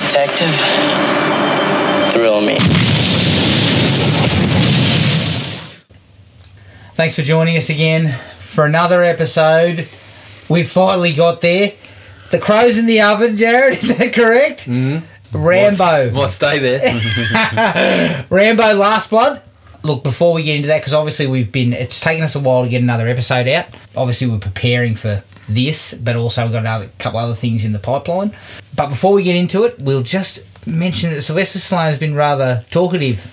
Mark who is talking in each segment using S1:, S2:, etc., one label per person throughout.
S1: detective thrill me.
S2: Thanks for joining us again for another episode. We finally got there. The crow's in the oven, Jared. Is that correct? Mm-hmm. Rambo.
S3: Might stay there.
S2: Rambo Last Blood. Look, before we get into that, because obviously we've been, it's taken us a while to get another episode out. Obviously, we're preparing for this, but also we've got another couple other things in the pipeline. But before we get into it, we'll just mention that Sylvester Stallone has been rather talkative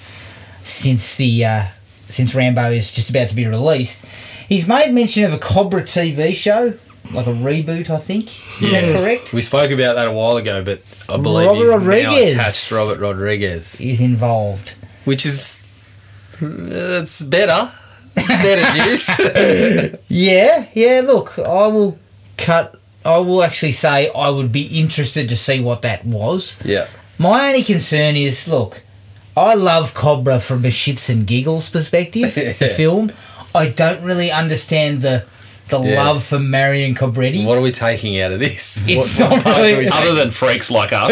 S2: since the uh, since Rambo is just about to be released. He's made mention of a Cobra TV show, like a reboot, I think. Is that correct?
S3: We spoke about that a while ago, but I believe
S2: Robert
S3: he's
S2: Rodriguez.
S3: now attached Robert Rodriguez,
S2: Is involved.
S3: which is it's better, better news.
S2: Yeah, yeah. Look, I will cut. I will actually say I would be interested to see what that was.
S3: yeah,
S2: My only concern is, look, I love Cobra from a shits and giggles perspective. The film. I don't really understand the the
S3: Yeah.
S2: love for Marion Cobretti.
S3: what are we taking out of this?
S2: it's
S3: What-
S2: not really.
S4: Other than freaks like us,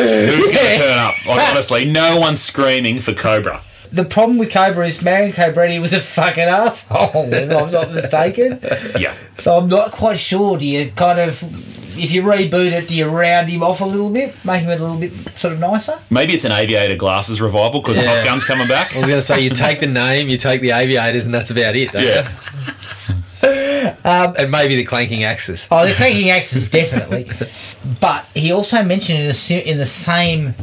S4: who's going to turn up? Like, honestly, no one's screaming for Cobra.
S2: The problem with Cobra is Marion Cobretti was a fucking asshole, if I'm not mistaken.
S4: Yeah.
S2: So I'm not quite sure. Do you kind of, if you reboot it, do you round him off a little bit, make him a little bit sort of nicer?
S4: Maybe it's an aviator glasses revival because
S3: Yeah.
S4: Top Gun's coming back.
S3: I was going to say you take the name, you take the aviators, and that's about it. Don't
S4: Yeah.
S3: you? and maybe the clanking axes.
S2: Oh, the clanking axes definitely. But he also mentioned in the si- in the same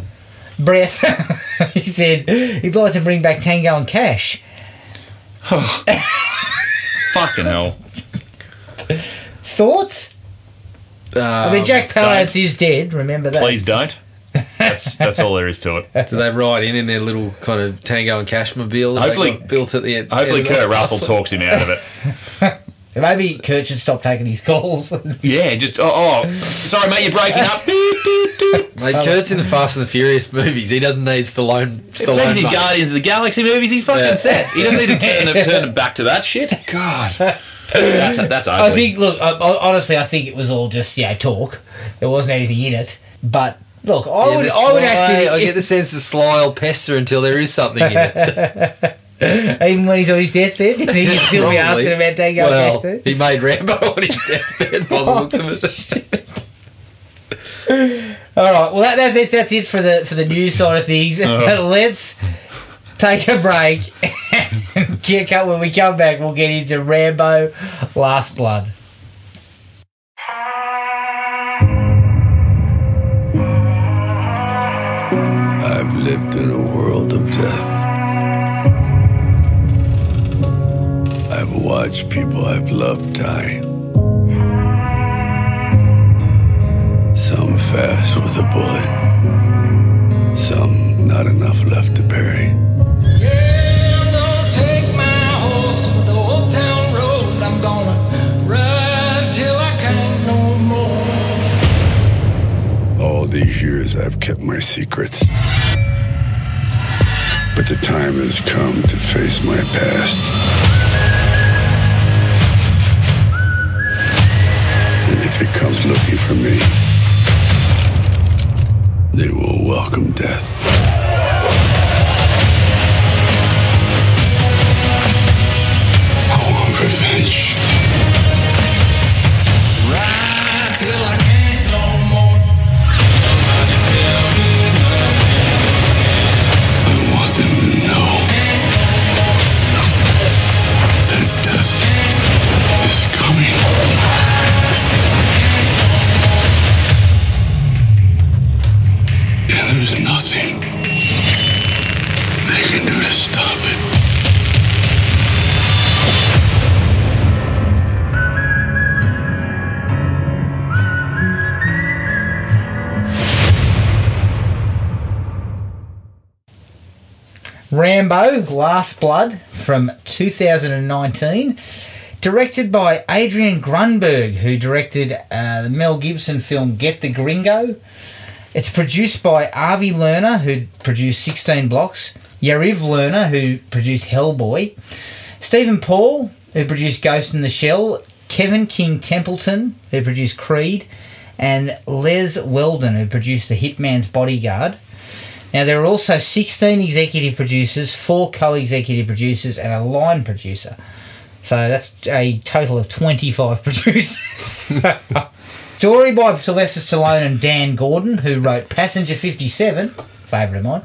S2: breath, he said he'd like to bring back Tango and Cash.
S4: Fucking hell.
S2: Thoughts? I
S3: Um,
S2: mean, Jack Palance is dead. Remember that.
S4: Please don't. That's that's all there is to it.
S3: Do they ride in in their little kind of Tango and Cashmobile? that they
S4: Hopefully-
S3: got built at the end.
S4: Hopefully,
S3: end of
S4: Kurt
S3: the-
S4: Russell talks him out of it.
S2: Maybe Kurt should stop taking his calls.
S4: Yeah, just oh, oh s- sorry, mate, you're breaking up. Beep, beep, beep.
S3: Mate, Kurt's in the Fast and the Furious movies. He doesn't need Stallone.
S4: Lives
S3: Stallone.
S4: in
S3: money.
S4: Guardians of the Galaxy movies. He's fucking
S3: Yeah.
S4: set. He doesn't need to turn him, turn him back to that shit. God, that's that's ugly.
S2: I think. Look, I, I, honestly, I think it was all just yeah talk. There wasn't anything in it. But look, I
S3: Yeah,
S2: would,
S3: the
S2: I would
S3: Sly-
S2: actually,
S3: I get the sense that Sly will pester until there is something in it.
S2: even when he's on his deathbed, he'd still
S3: Probably.
S2: be asking about Tango and
S3: well,
S2: Cash too.
S3: he made Rambo on his deathbed
S2: Oh,
S3: by the looks of it.
S2: All right. Well, that, that's it. That's it for the for the news side of things. Let's take a break. and Kick up when we come back. We'll get into Rambo, Last Blood.
S5: I've lived in a world of death. I've watched people I've loved die. Some fast with a bullet, some not enough left to bury.
S6: I'm gonna take my horse to the old town road. I'm gonna ride till I can't no more.
S5: All these years I've kept my secrets. But the time has come to face my past. And if it comes looking for me, they will welcome death. I want revenge.
S6: Ride till I can't no more.
S5: I want them to know that death is coming. And there's nothing they can do to stop it.
S2: Rambo, Last Blood from 2019, directed by Adrian Grunberg, who directed uh, the Mel Gibson film Get the Gringo. It's produced by Arvi Lerner, who produced 16 Blocks, Yariv Lerner, who produced Hellboy, Stephen Paul, who produced Ghost in the Shell, Kevin King Templeton, who produced Creed, and Les Weldon, who produced The Hitman's Bodyguard. Now, there are also 16 executive producers, four co executive producers, and a line producer. So that's a total of 25 producers. Story by Sylvester Stallone and Dan Gordon, who wrote Passenger 57, favourite of mine.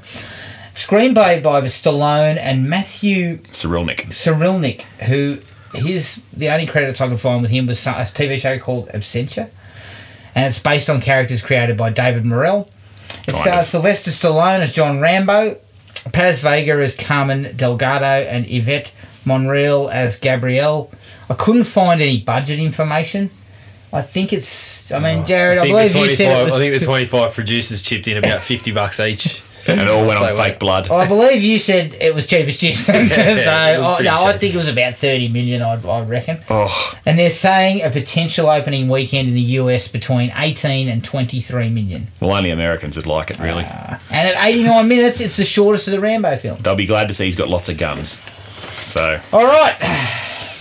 S2: Screenplay by Stallone and Matthew
S4: Cyrilnic.
S2: Cyrilnik, who his the only credits I could find with him was so- a TV show called Absentia, and it's based on characters created by David Morrell. It
S4: Kind
S2: stars
S4: of.
S2: Sylvester Stallone as John Rambo, Paz Vega as Carmen Delgado, and Yvette Monreal as Gabrielle. I couldn't find any budget information. I think it's. I mean, Jared, I,
S3: I think,
S2: believe
S3: the
S2: you said it
S3: 25,
S2: was.
S3: I think the 25 producers chipped in about 50 bucks each.
S4: And it all went on
S3: Play away.
S4: fake blood.
S2: I believe you said it was cheap as chips. so
S3: it was
S2: I,
S3: pretty
S2: no, I
S3: cheap.
S2: think it was about thirty million. I, I reckon.
S4: Oh,
S2: And they're saying a potential opening weekend in the US between 18 and 23 million.
S4: well, only Americans would like it, really.
S3: Ah.
S2: And at 89 minutes, it's the shortest of the Rambo films.
S4: They'll be glad to see he's got lots of guns. So,
S2: All right.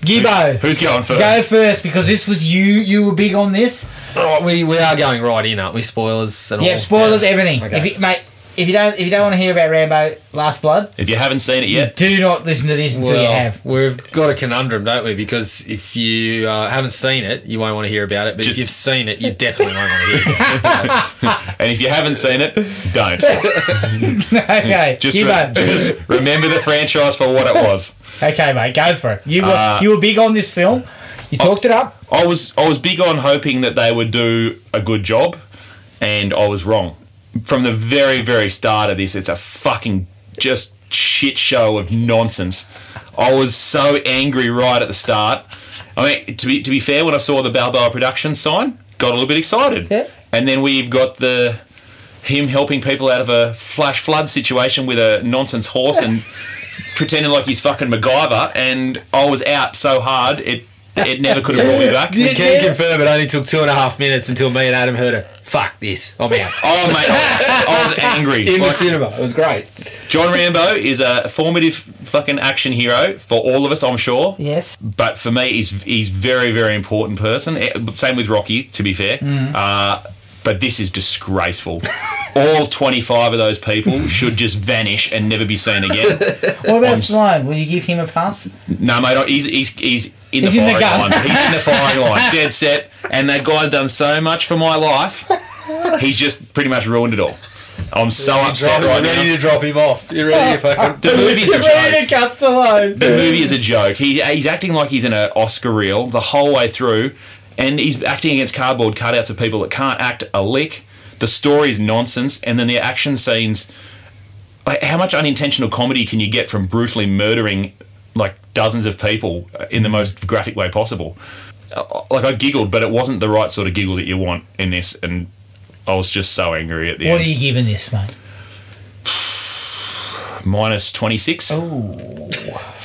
S2: Gibbo,
S4: who's going first?
S2: go first because this was you. You were big on this.
S3: Right, we, we are going right in, aren't we? Spoilers and all.
S2: Yeah, spoilers,
S3: Yeah.
S2: everything.
S3: Okay.
S2: If you, mate, if you don't, if you don't want to hear about Rambo: Last Blood,
S4: If you haven't seen it yet,
S2: do not listen to this until
S3: Well,
S2: you have.
S3: we've got a conundrum, don't we? Because if you uh, haven't seen it, you won't want to hear about it. But if
S4: Just-
S3: you've seen it, you definitely won't want to hear about it.
S4: and if you haven't seen it, don't.
S2: okay,
S4: Just, re-
S2: Gibbo.
S4: just remember the franchise for what it was.
S2: okay, mate, go for it. You were
S4: Uh,
S2: you were big on this film. You talked it up.
S4: I was I was big on hoping that they would do a good job, and I was wrong. From the very very start of this, it's a fucking just shit show of nonsense. I was so angry right at the start. I mean, to be to be fair, when I saw the Balboa production sign, got a little bit excited.
S2: Yeah.
S4: And then we've got the him helping people out of a flash flood situation with a nonsense horse and pretending like he's fucking MacGyver, and I was out so hard it it never could have brought me back.
S3: We can
S2: Yeah.
S3: confirm it only took two and a half minutes until me and Adam heard it. Fuck this. I'm out.
S4: Oh mate, I, I was angry.
S3: In the
S4: Like,
S3: cinema. It was great.
S4: John Rambo is a formative fucking action hero for all of us, I'm sure.
S2: Yes.
S4: But for me, he's he's very very important person. Eh, Same with Rocky, to be fair. Uh, but this is disgraceful. all 25 of those people should just vanish and never be seen again.
S2: What about
S4: I'm s-
S2: Sloane? Will you give him a pass?
S4: No, mate, I- he's he's he's in the
S2: He's in the gun.
S4: firing line. He's in the firing line, dead set. And that guy's done so much for my life. He's just pretty much ruined it all. I'm so upset
S3: You're
S4: right
S3: ready
S4: now.
S3: to drop him off. You're ready to fucking.
S4: The movie's a
S2: Brandon
S4: joke.
S2: cuts the line.
S4: The movie is a joke. He, he's acting like he's in an Oscar reel the whole way through, and he's acting against cardboard cutouts of people that can't act a lick. The story's nonsense, and then the action scenes. like, How much unintentional comedy can you get from brutally murdering like dozens of people in the most graphic way possible? Uh, Like I giggled, but it wasn't the right sort of giggle that you want in this, and I was just so angry at the
S2: What are
S4: end.
S2: you giving this, mate?
S4: Minus twenty six.
S2: Oh,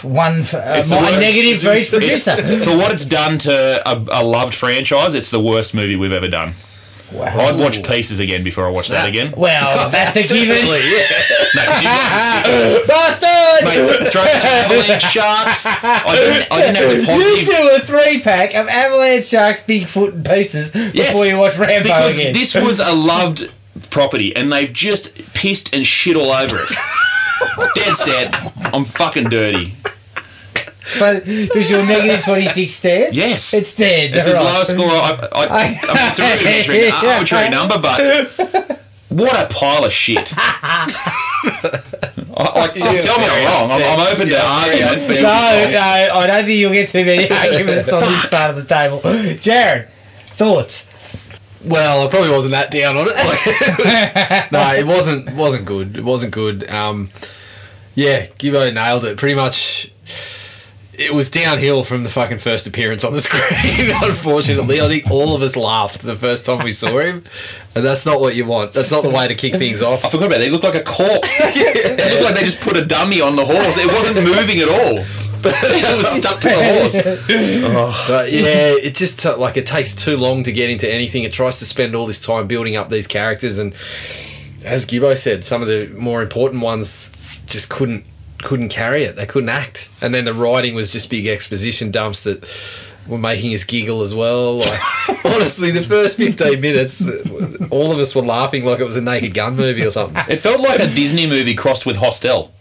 S2: One for, uh,
S4: It's the
S2: my
S4: worst.
S2: negative for each
S4: It's-
S2: producer.
S4: for what it's done to a, a loved franchise, it's the worst movie we've ever done. I'd watch Pieces again before I watch that again.
S2: Well, that's a given.
S3: Definitely, yeah.
S4: No, 'cause you got the
S2: Bastard!
S4: sick- throw some avalanche sharks. I didn't, I didn't have the
S2: you
S4: positive.
S2: do a three pack of Avalanche Sharks, Bigfoot, and Pieces before you watch Rambo
S4: because
S2: again.
S4: this was a loved property, and they've just pissed and shit all over it. Dead set. I'm fucking dirty.
S2: so, does your negative 26 stand?
S4: Yes.
S2: It stands.
S4: It's his
S2: alright.
S4: lowest score. I, I, I mean, it's a rudimentary,
S2: Yeah.
S4: arbitrary number, but what a pile of shit. I, I, tell tell me I'm wrong. I'm, I'm open to arguments.
S2: No, no, I don't think you'll get too many arguments on this part of the table. Jared, thoughts?
S3: Well, I probably wasn't that down on it. Like, no, it wasn't. wasn't good. It wasn't good. Um, yeah, Gibbo nailed it. Pretty much, it was downhill from the fucking first appearance on the screen. unfortunately, I think all of us laughed the first time we saw him, and that's not what you want. That's not the way to kick things
S4: I
S3: off.
S4: forgot about that. He looked like a corpse. It looked like they just put a dummy on the horse. It wasn't moving at all. it was stuck to the horse.
S3: But yeah, it just ta- like it takes too long to get into anything. It tries to spend all this time building up these characters, and as Gibbo said, some of the more important ones just couldn't couldn't carry it. They couldn't act, and then the writing was just big exposition dumps that were making us giggle as well. Like, honestly, the first 15 minutes, all of us were laughing like it was a Naked Gun movie or something.
S4: It felt like a Disney movie crossed with Hostel.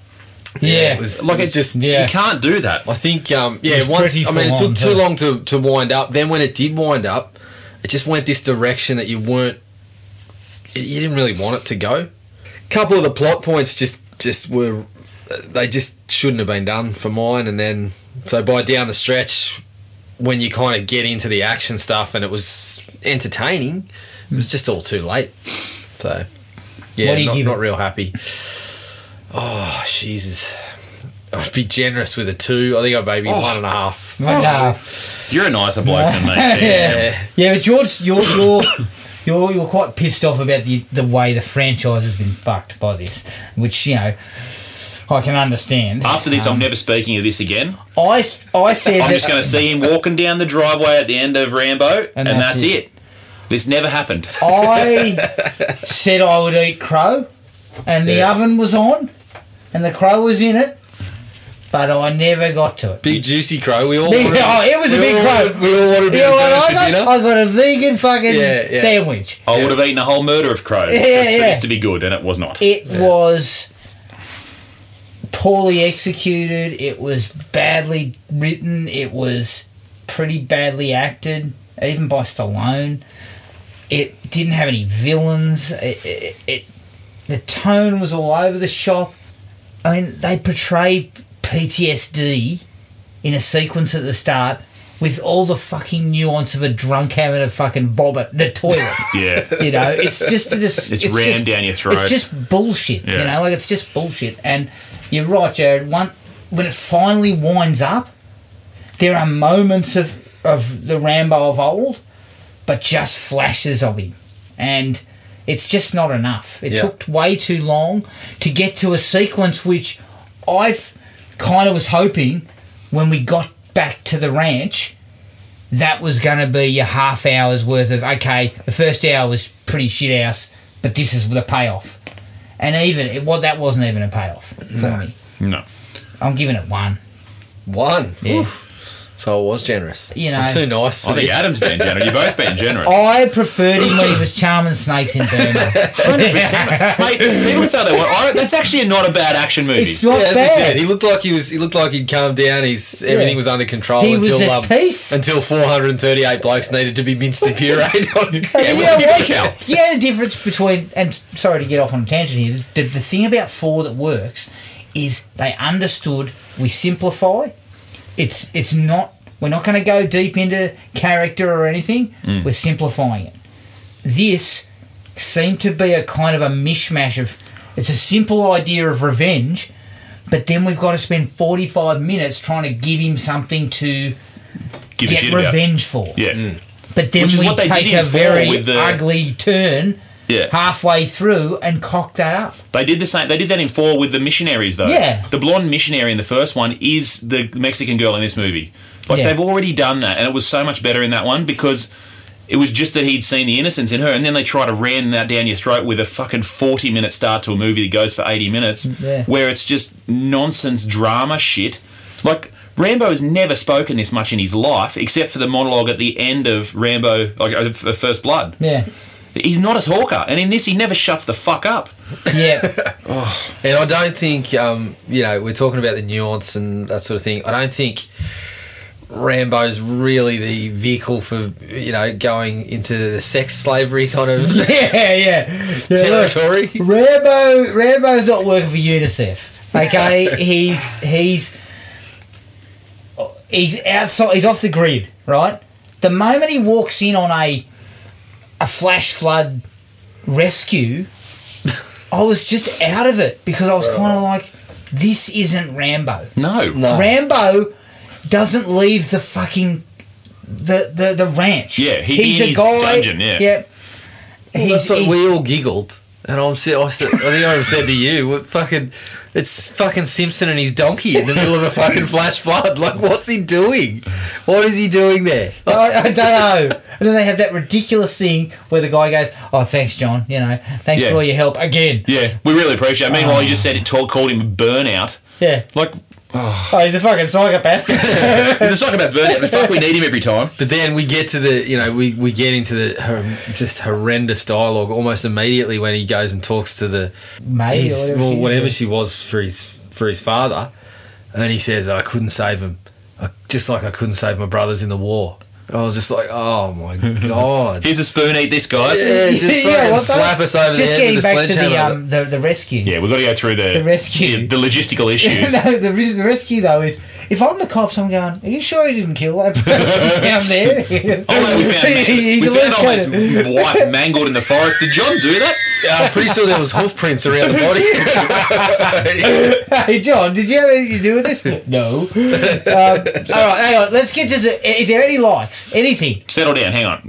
S2: yeah.
S3: It was like
S4: Like
S3: it was
S4: it-
S3: just
S2: Yeah.
S4: You can't do that.
S3: I think, um, yeah,
S2: was
S3: once,
S2: pretty
S3: I mean, it
S2: full on,
S3: took too
S2: too.
S3: long to, to wind up. Then when it did wind up, it just went this direction that you weren't, you didn't really want it to go. couple of the plot points just, just were, they just shouldn't have been done for mine. And then, so by down the stretch, when you kind of get into the action stuff and it was entertaining, it was just all too late. So, yeah,
S2: Hmm. What do you
S3: not,
S2: give
S3: not
S2: it?
S3: real happy. Oh, Jesus. I'd be generous with a two. I think I'd
S2: Oh.
S3: maybe one and a half.
S2: One and a half.
S4: You're a nicer bloke than me. Yeah.
S2: yeah. Yeah, but George, you're you're you're you're quite pissed off about the the way the franchise has been fucked by this, which you know I can understand.
S4: After this, I'm never speaking of this again.
S2: I I said
S4: I'm
S2: that-
S4: just going to see him walking down the driveway at the end of Rambo, and, that's, it. This never happened.
S2: I said I would eat crow, and the oven was on, and the crow was in it, but I never got to it.
S3: Big juicy crow. We all
S2: Big-
S3: wanted-
S2: oh, it was a
S3: we
S2: big
S3: all
S2: crow.
S3: wanted- we all wanted a
S2: You
S3: bit
S2: know
S3: of
S2: what
S3: bird
S2: I
S3: for
S2: got?
S3: dinner.
S2: I got a vegan fucking
S3: Yeah, yeah.
S2: sandwich.
S4: I would have eaten a whole murder of crows
S2: Yeah,
S4: just for
S2: yeah.
S4: this to be good, and it was not.
S2: It was poorly executed. It was badly written. It was pretty badly acted, even by Stallone. It didn't have any villains. It, it, it the tone was all over the shop. I mean, they portray PTSD in a sequence at the start with all the fucking nuance of a drunk having a fucking bob at the toilet.
S4: yeah.
S2: You know, it's just a dis-
S4: It's rammed
S2: just-
S4: down your throat.
S2: It's just bullshit. You
S4: Yeah.
S2: know, like it's just bullshit. And you're right, Jared. One when it finally winds up, there are moments of of the Rambo of old, but just flashes of him, and it's just not enough. It
S3: Yeah.
S2: took way too long to get to a sequence which I kind of was hoping when we got back to the ranch that was going to be your half hour's worth of okay. The first hour was pretty shit house, but this is the payoff. And even it, well, that wasn't even a payoff for me.
S4: no.
S2: I'm giving it one.
S3: One.
S2: Yeah.
S3: Oof. So I was generous.
S2: You know. Oh,
S3: I'm too nice.
S4: I think Adam's been generous. You've both been generous.
S2: I preferred him when he was charming snakes in Burma. Oh.
S4: 100%. Mate, people say that. Well, I, that's actually not a bad action movie.
S2: It's not
S3: yeah, as I said,
S2: bad.
S3: he looked like he was. He looked like he'd calmed down. He's everything was under control
S2: He was
S3: until
S2: at
S3: um,
S2: peace.
S3: until 438 blokes needed to be minced and pureed. on-
S2: And you
S3: yeah,
S2: know
S3: well,
S2: what? You know the difference between, and sorry to get off on a tangent here, the, the thing about four that works is they understood we simplify. It's it's not we're not going to go deep into character or anything.
S4: Mm.
S2: We're simplifying it. This seemed to be a kind of a mishmash of. It's a simple idea of revenge, but then we've got to spend forty five minutes trying to give him something to
S4: Give a
S2: get
S4: shit about.
S2: revenge Mm. for.
S4: Yeah.
S2: But then
S4: Which is
S2: we
S4: what they
S2: take
S4: did in
S2: a
S4: four
S2: very
S4: with the-
S2: ugly turn
S4: Yeah.
S2: halfway through and cock that up.
S4: They did the same. They did that in four with the missionaries, though.
S2: Yeah.
S4: The blonde missionary in the first one is the Mexican girl in this movie. Like
S2: Yeah.
S4: they've already done that, and it was so much better in that one because it was just that he'd seen the innocence in her, and then they try to ram that down your throat with a fucking forty-minute start to a movie that goes for eighty minutes,
S2: Mm, Yeah.
S4: where it's just nonsense drama shit. Like Rambo has never spoken this much in his life, except for the monologue at the end of Rambo, like uh, F- First Blood.
S2: Yeah.
S4: He's not a talker, and in this, he never shuts the fuck up.
S2: Yeah.
S3: And I don't think, um, you know, we're talking about the nuance and that sort of thing. I don't think Rambo's really the vehicle for, you know, going into the sex slavery kind of
S2: yeah, yeah. yeah look,
S3: territory.
S2: Rambo Rambo's not working for UNICEF. Okay? he's he's he's outside he's off the grid, right? The moment he walks in on a a flash flood rescue, I was just out of it because I was kind of like, this isn't Rambo.
S4: No. No.
S2: Rambo doesn't leave the fucking the the, the ranch.
S4: Yeah, he- in his dungeon, yeah.
S2: Yep.
S3: Well,
S2: he's,
S3: that's what
S2: he's-
S3: we all giggled. And I'm, si- I, said, I think I even said to you, what fucking, it's fucking Simpson and his donkey in the middle of a fucking flash flood. Like, what's he doing? What is he doing there?
S2: I, I don't know. And then they have that ridiculous thing where the guy goes, "Oh, thanks, John. You know, thanks
S4: Yeah.
S2: for all your help again."
S4: Yeah, we really appreciate it. Meanwhile, he just said it told, called him a burnout.
S2: Yeah.
S4: Like,
S2: Oh, he's a fucking psychopath.
S4: He's a psychopath burnout, but fuck, we need him every time.
S3: But then we get to the, you know, we, we get into the hor- just horrendous dialogue almost immediately when he goes and talks to the
S2: Mate,
S3: his,
S2: or whatever
S3: well,
S2: she is.
S3: whatever she was for his for his father, and he says, "I couldn't save him, I, just like I couldn't save my brothers in the war." I was just like, "Oh my god!"
S4: Here's a spoon, eat this, guys.
S3: Yeah, just
S2: Yeah,
S3: fucking
S2: what the-
S3: slap us over the
S2: Just
S3: head
S2: getting
S3: with a
S2: back to the,
S3: sledgehammer.
S2: um, the, the rescue.
S4: Yeah, we've got to go through the
S2: The rescue.
S4: the, the logistical issues.
S2: no, the, res- the rescue though is if I'm the cops, I'm going. Are you sure he didn't kill that person down there?
S4: Oh, mate, we found, man-
S2: He's
S4: we
S2: a
S4: found old
S2: loose cannon.
S4: mate's wife mangled in the forest. Did John do that?
S3: Yeah, I'm pretty sure there was hoof prints around the body.
S2: Hey John, did you have anything to do with this? no. Um, all right, hang on. Let's get to the. Is there any likes? Anything?
S4: Settle down. Hang on.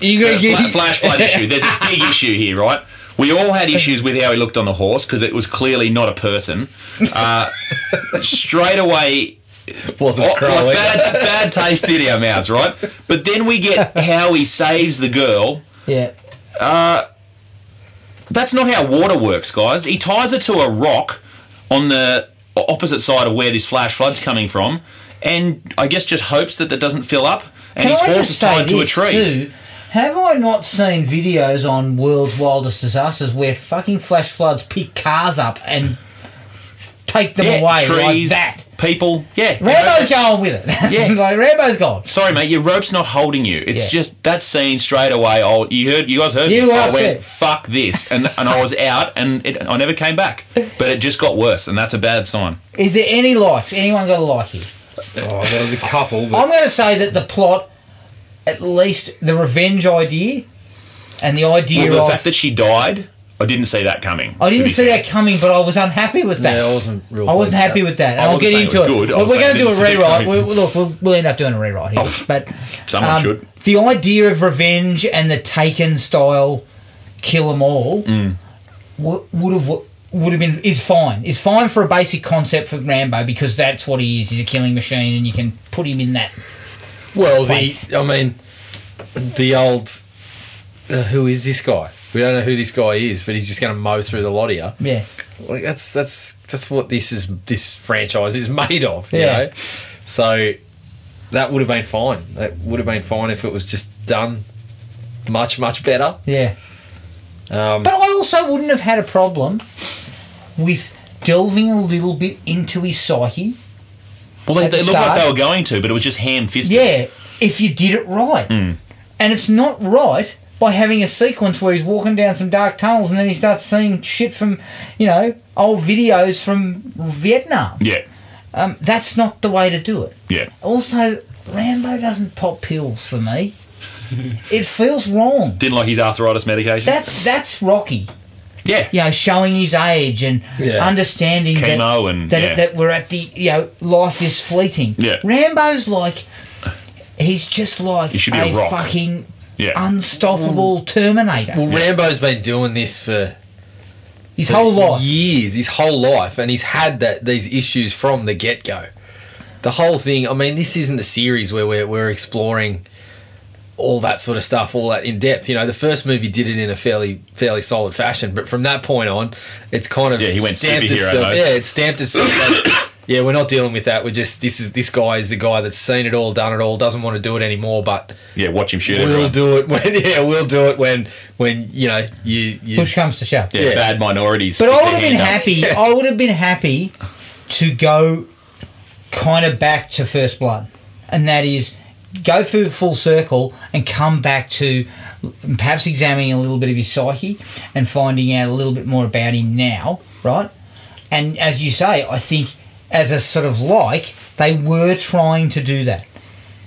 S2: You gonna
S4: Fla-
S2: get?
S4: flash flood issue. There's a big issue here, right? We all had issues with how he looked on the horse because it was clearly not a person. Uh, straight away,
S3: Wasn't
S4: Oh,
S3: a crow.
S4: like
S3: either.
S4: bad, bad taste in our mouths, right? But then we get how he saves the girl.
S2: Yeah.
S4: That's not how water works, guys. He ties her to a rock on the opposite side of where this flash flood's coming from, and I guess just hopes that that doesn't fill up. And his
S2: I
S4: horse
S2: just
S4: is
S2: say
S4: tied to a
S2: this
S4: tree.
S2: too? Have I not seen videos on World's Wildest Disasters where fucking flash floods pick cars up and take them
S4: Yeah,
S2: away like
S4: trees,
S2: that?
S4: people. Yeah,
S2: Rambo's going with it.
S4: Yeah.
S2: like Rambo's gone.
S4: Sorry, mate, your rope's not holding you. It's
S2: Yeah.
S4: just that scene straight away. I you heard, you guys heard.
S2: You
S4: me.
S2: were
S4: I
S2: upset.
S4: went fuck this, and and I was out, and it, I never came back. But it just got worse, and that's a bad sign.
S2: Is there any likes? Anyone got a like here?
S3: Oh, there was a couple. But
S2: I'm going to say that the plot, at least the revenge idea, and the idea
S4: Well, the
S2: of
S4: fact that she died, I didn't see that coming.
S2: I
S4: to
S2: didn't
S4: be
S2: see
S4: fair.
S2: that coming, but I was unhappy with that.
S3: Yeah, I wasn't real
S2: I wasn't
S3: pleased
S2: happy
S3: with
S2: with that. And
S4: I
S2: I'll
S4: wasn't
S2: get
S4: saying it
S2: into it.
S4: was good, I
S2: But
S4: was
S2: we're going
S4: saying
S2: to do
S4: I
S2: a
S4: didn't see it
S2: rewrite. We,
S4: coming.
S2: we- look, we'll, we'll end up doing a rewrite here. but
S4: someone
S2: um,
S4: Oh. should.
S2: The idea of revenge and the Taken style, kill them all,
S4: Mm.
S2: wo- would have would have been is fine. Is fine for a basic concept for Rambo because that's what he is. He's a killing machine, and you can put him in that.
S3: Well,
S2: Place.
S3: the I mean, the old uh, who is this guy? We don't know who this guy is, but he's just going to mow through the lot here.
S2: Yeah.
S3: Like that's that's that's what this is. This franchise is made of. You
S2: Yeah.
S3: know, so that would have been fine. That would have been fine if it was just done much much better.
S2: Yeah.
S3: Um,
S2: But I also wouldn't have had a problem with delving a little bit into his psyche.
S4: Well, they,
S2: at the
S4: they looked like
S2: start.
S4: they were going to, but it was just ham fisted.
S2: Yeah, if you did it right. And it's not right by having a sequence where he's walking down some dark tunnels and then he starts seeing shit from, you know, old videos from Vietnam.
S4: yeah,
S2: Um, that's not the way to do it.
S4: yeah.
S2: Also, Rambo doesn't pop pills for me. it feels wrong.
S4: Didn't like his arthritis medication.
S2: That's that's Rocky.
S4: yeah,
S2: you know, showing his age and
S3: Yeah.
S2: understanding
S4: Chemo
S2: that,
S4: and-
S2: that,
S4: yeah.
S2: that we're at the, you know, life is fleeting.
S4: Yeah.
S2: Rambo's like, he's just like
S4: He should be a rock.
S2: fucking
S4: Yeah.
S2: unstoppable Terminator.
S3: well, Rambo's been doing this for
S2: his whole life.
S3: years, his whole life, and he's had that these issues from the get go. The whole thing. I mean, this isn't a series where we're, we're exploring all that sort of stuff, all that in depth. You know, the first movie did it in a fairly fairly solid fashion, but from that point on, it's kind of
S4: Yeah, he went superhero
S3: itself.
S4: mode.
S3: Yeah, it stamped itself. as, yeah, we're not dealing with that. We're just this is this guy is the guy that's seen it all, done it all, doesn't want to do it anymore, but
S4: yeah. Watch him shoot
S3: we'll
S4: everyone.
S3: do it when yeah, we'll do it when when you know you you
S2: Push comes to shove.
S4: yeah,
S3: yeah.
S4: bad minorities.
S2: But
S4: stick
S2: I
S4: their
S2: would have been
S4: hand up.
S2: happy. I would have been happy to go kind of back to First Blood, and that is go through full circle and come back to perhaps examining a little bit of his psyche and finding out a little bit more about him now, right? And as you say, I think as a sort of like they were trying to do that,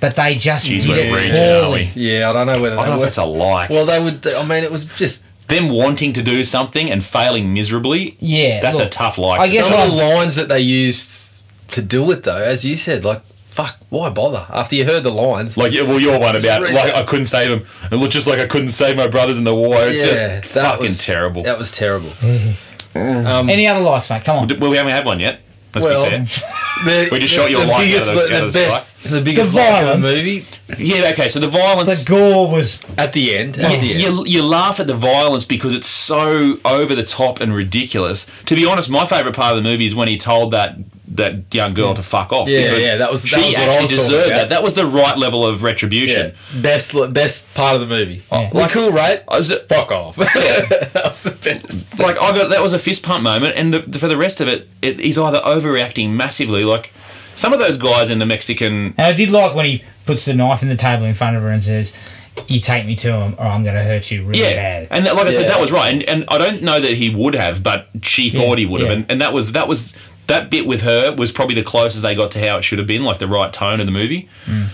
S2: but they just
S4: Jeez,
S2: did
S4: we're
S2: it
S4: reaching, are
S2: poorly.
S4: we?
S3: yeah, I don't know whether
S4: I don't know if it's a like.
S3: Well, they would. I mean, it was just
S4: Them wanting to do something and failing miserably.
S2: Yeah,
S4: that's
S2: look,
S4: a tough like.
S2: I guess
S3: some
S4: So-
S2: what
S3: of the lines that they used to do it, though. As you said, like fuck, why bother? After you heard the lines,
S4: Like, yeah, well, your one about
S3: really
S4: like
S3: good.
S4: I couldn't save him. It looked just like I couldn't save my brothers in the war. It's just fucking
S3: was,
S4: terrible.
S3: That was terrible.
S2: Any other likes, mate? Come on.
S4: D- well, we haven't had one yet. Let's
S3: Well-
S4: be fair.
S3: The,
S4: We just shot your light out of the- out of the
S3: best, the biggest
S2: The
S3: line of the
S2: violence.
S3: movie
S4: Yeah, okay. So the
S2: The
S4: violence.
S2: gore was
S3: at the end.
S4: Oh,
S3: At the end.
S4: you, you laugh at the violence because it's so over the top and ridiculous. To be honest, my favourite part of the movie is when he told that that young girl to fuck off.
S3: Yeah,
S4: because
S3: yeah, that was- that
S4: she
S3: was what I
S4: actually
S3: was talking
S4: deserved
S3: about.
S4: that. That was the right level of
S3: Yeah.
S4: retribution.
S3: Best li- best part of the movie.
S2: Yeah.
S3: We cool, right?
S4: I was
S3: Fuck off. that was the best.
S4: like I got that was a fist pump moment, and the, for the rest of it, it, he's either overreacting massively, like some of those guys in the Mexican.
S2: And I did like when he puts the knife in the table in front of her and says, "You take me to him, or I'm going to hurt you really
S4: Yeah,
S2: bad."
S4: and that, like I
S3: Yeah,
S4: said, that was right, and, and I don't know that he would have, but she thought he would have,
S2: yeah.
S4: and, and that was that was that bit with her was probably the closest they got to how it should have been, like the right tone of the movie.
S2: Mm.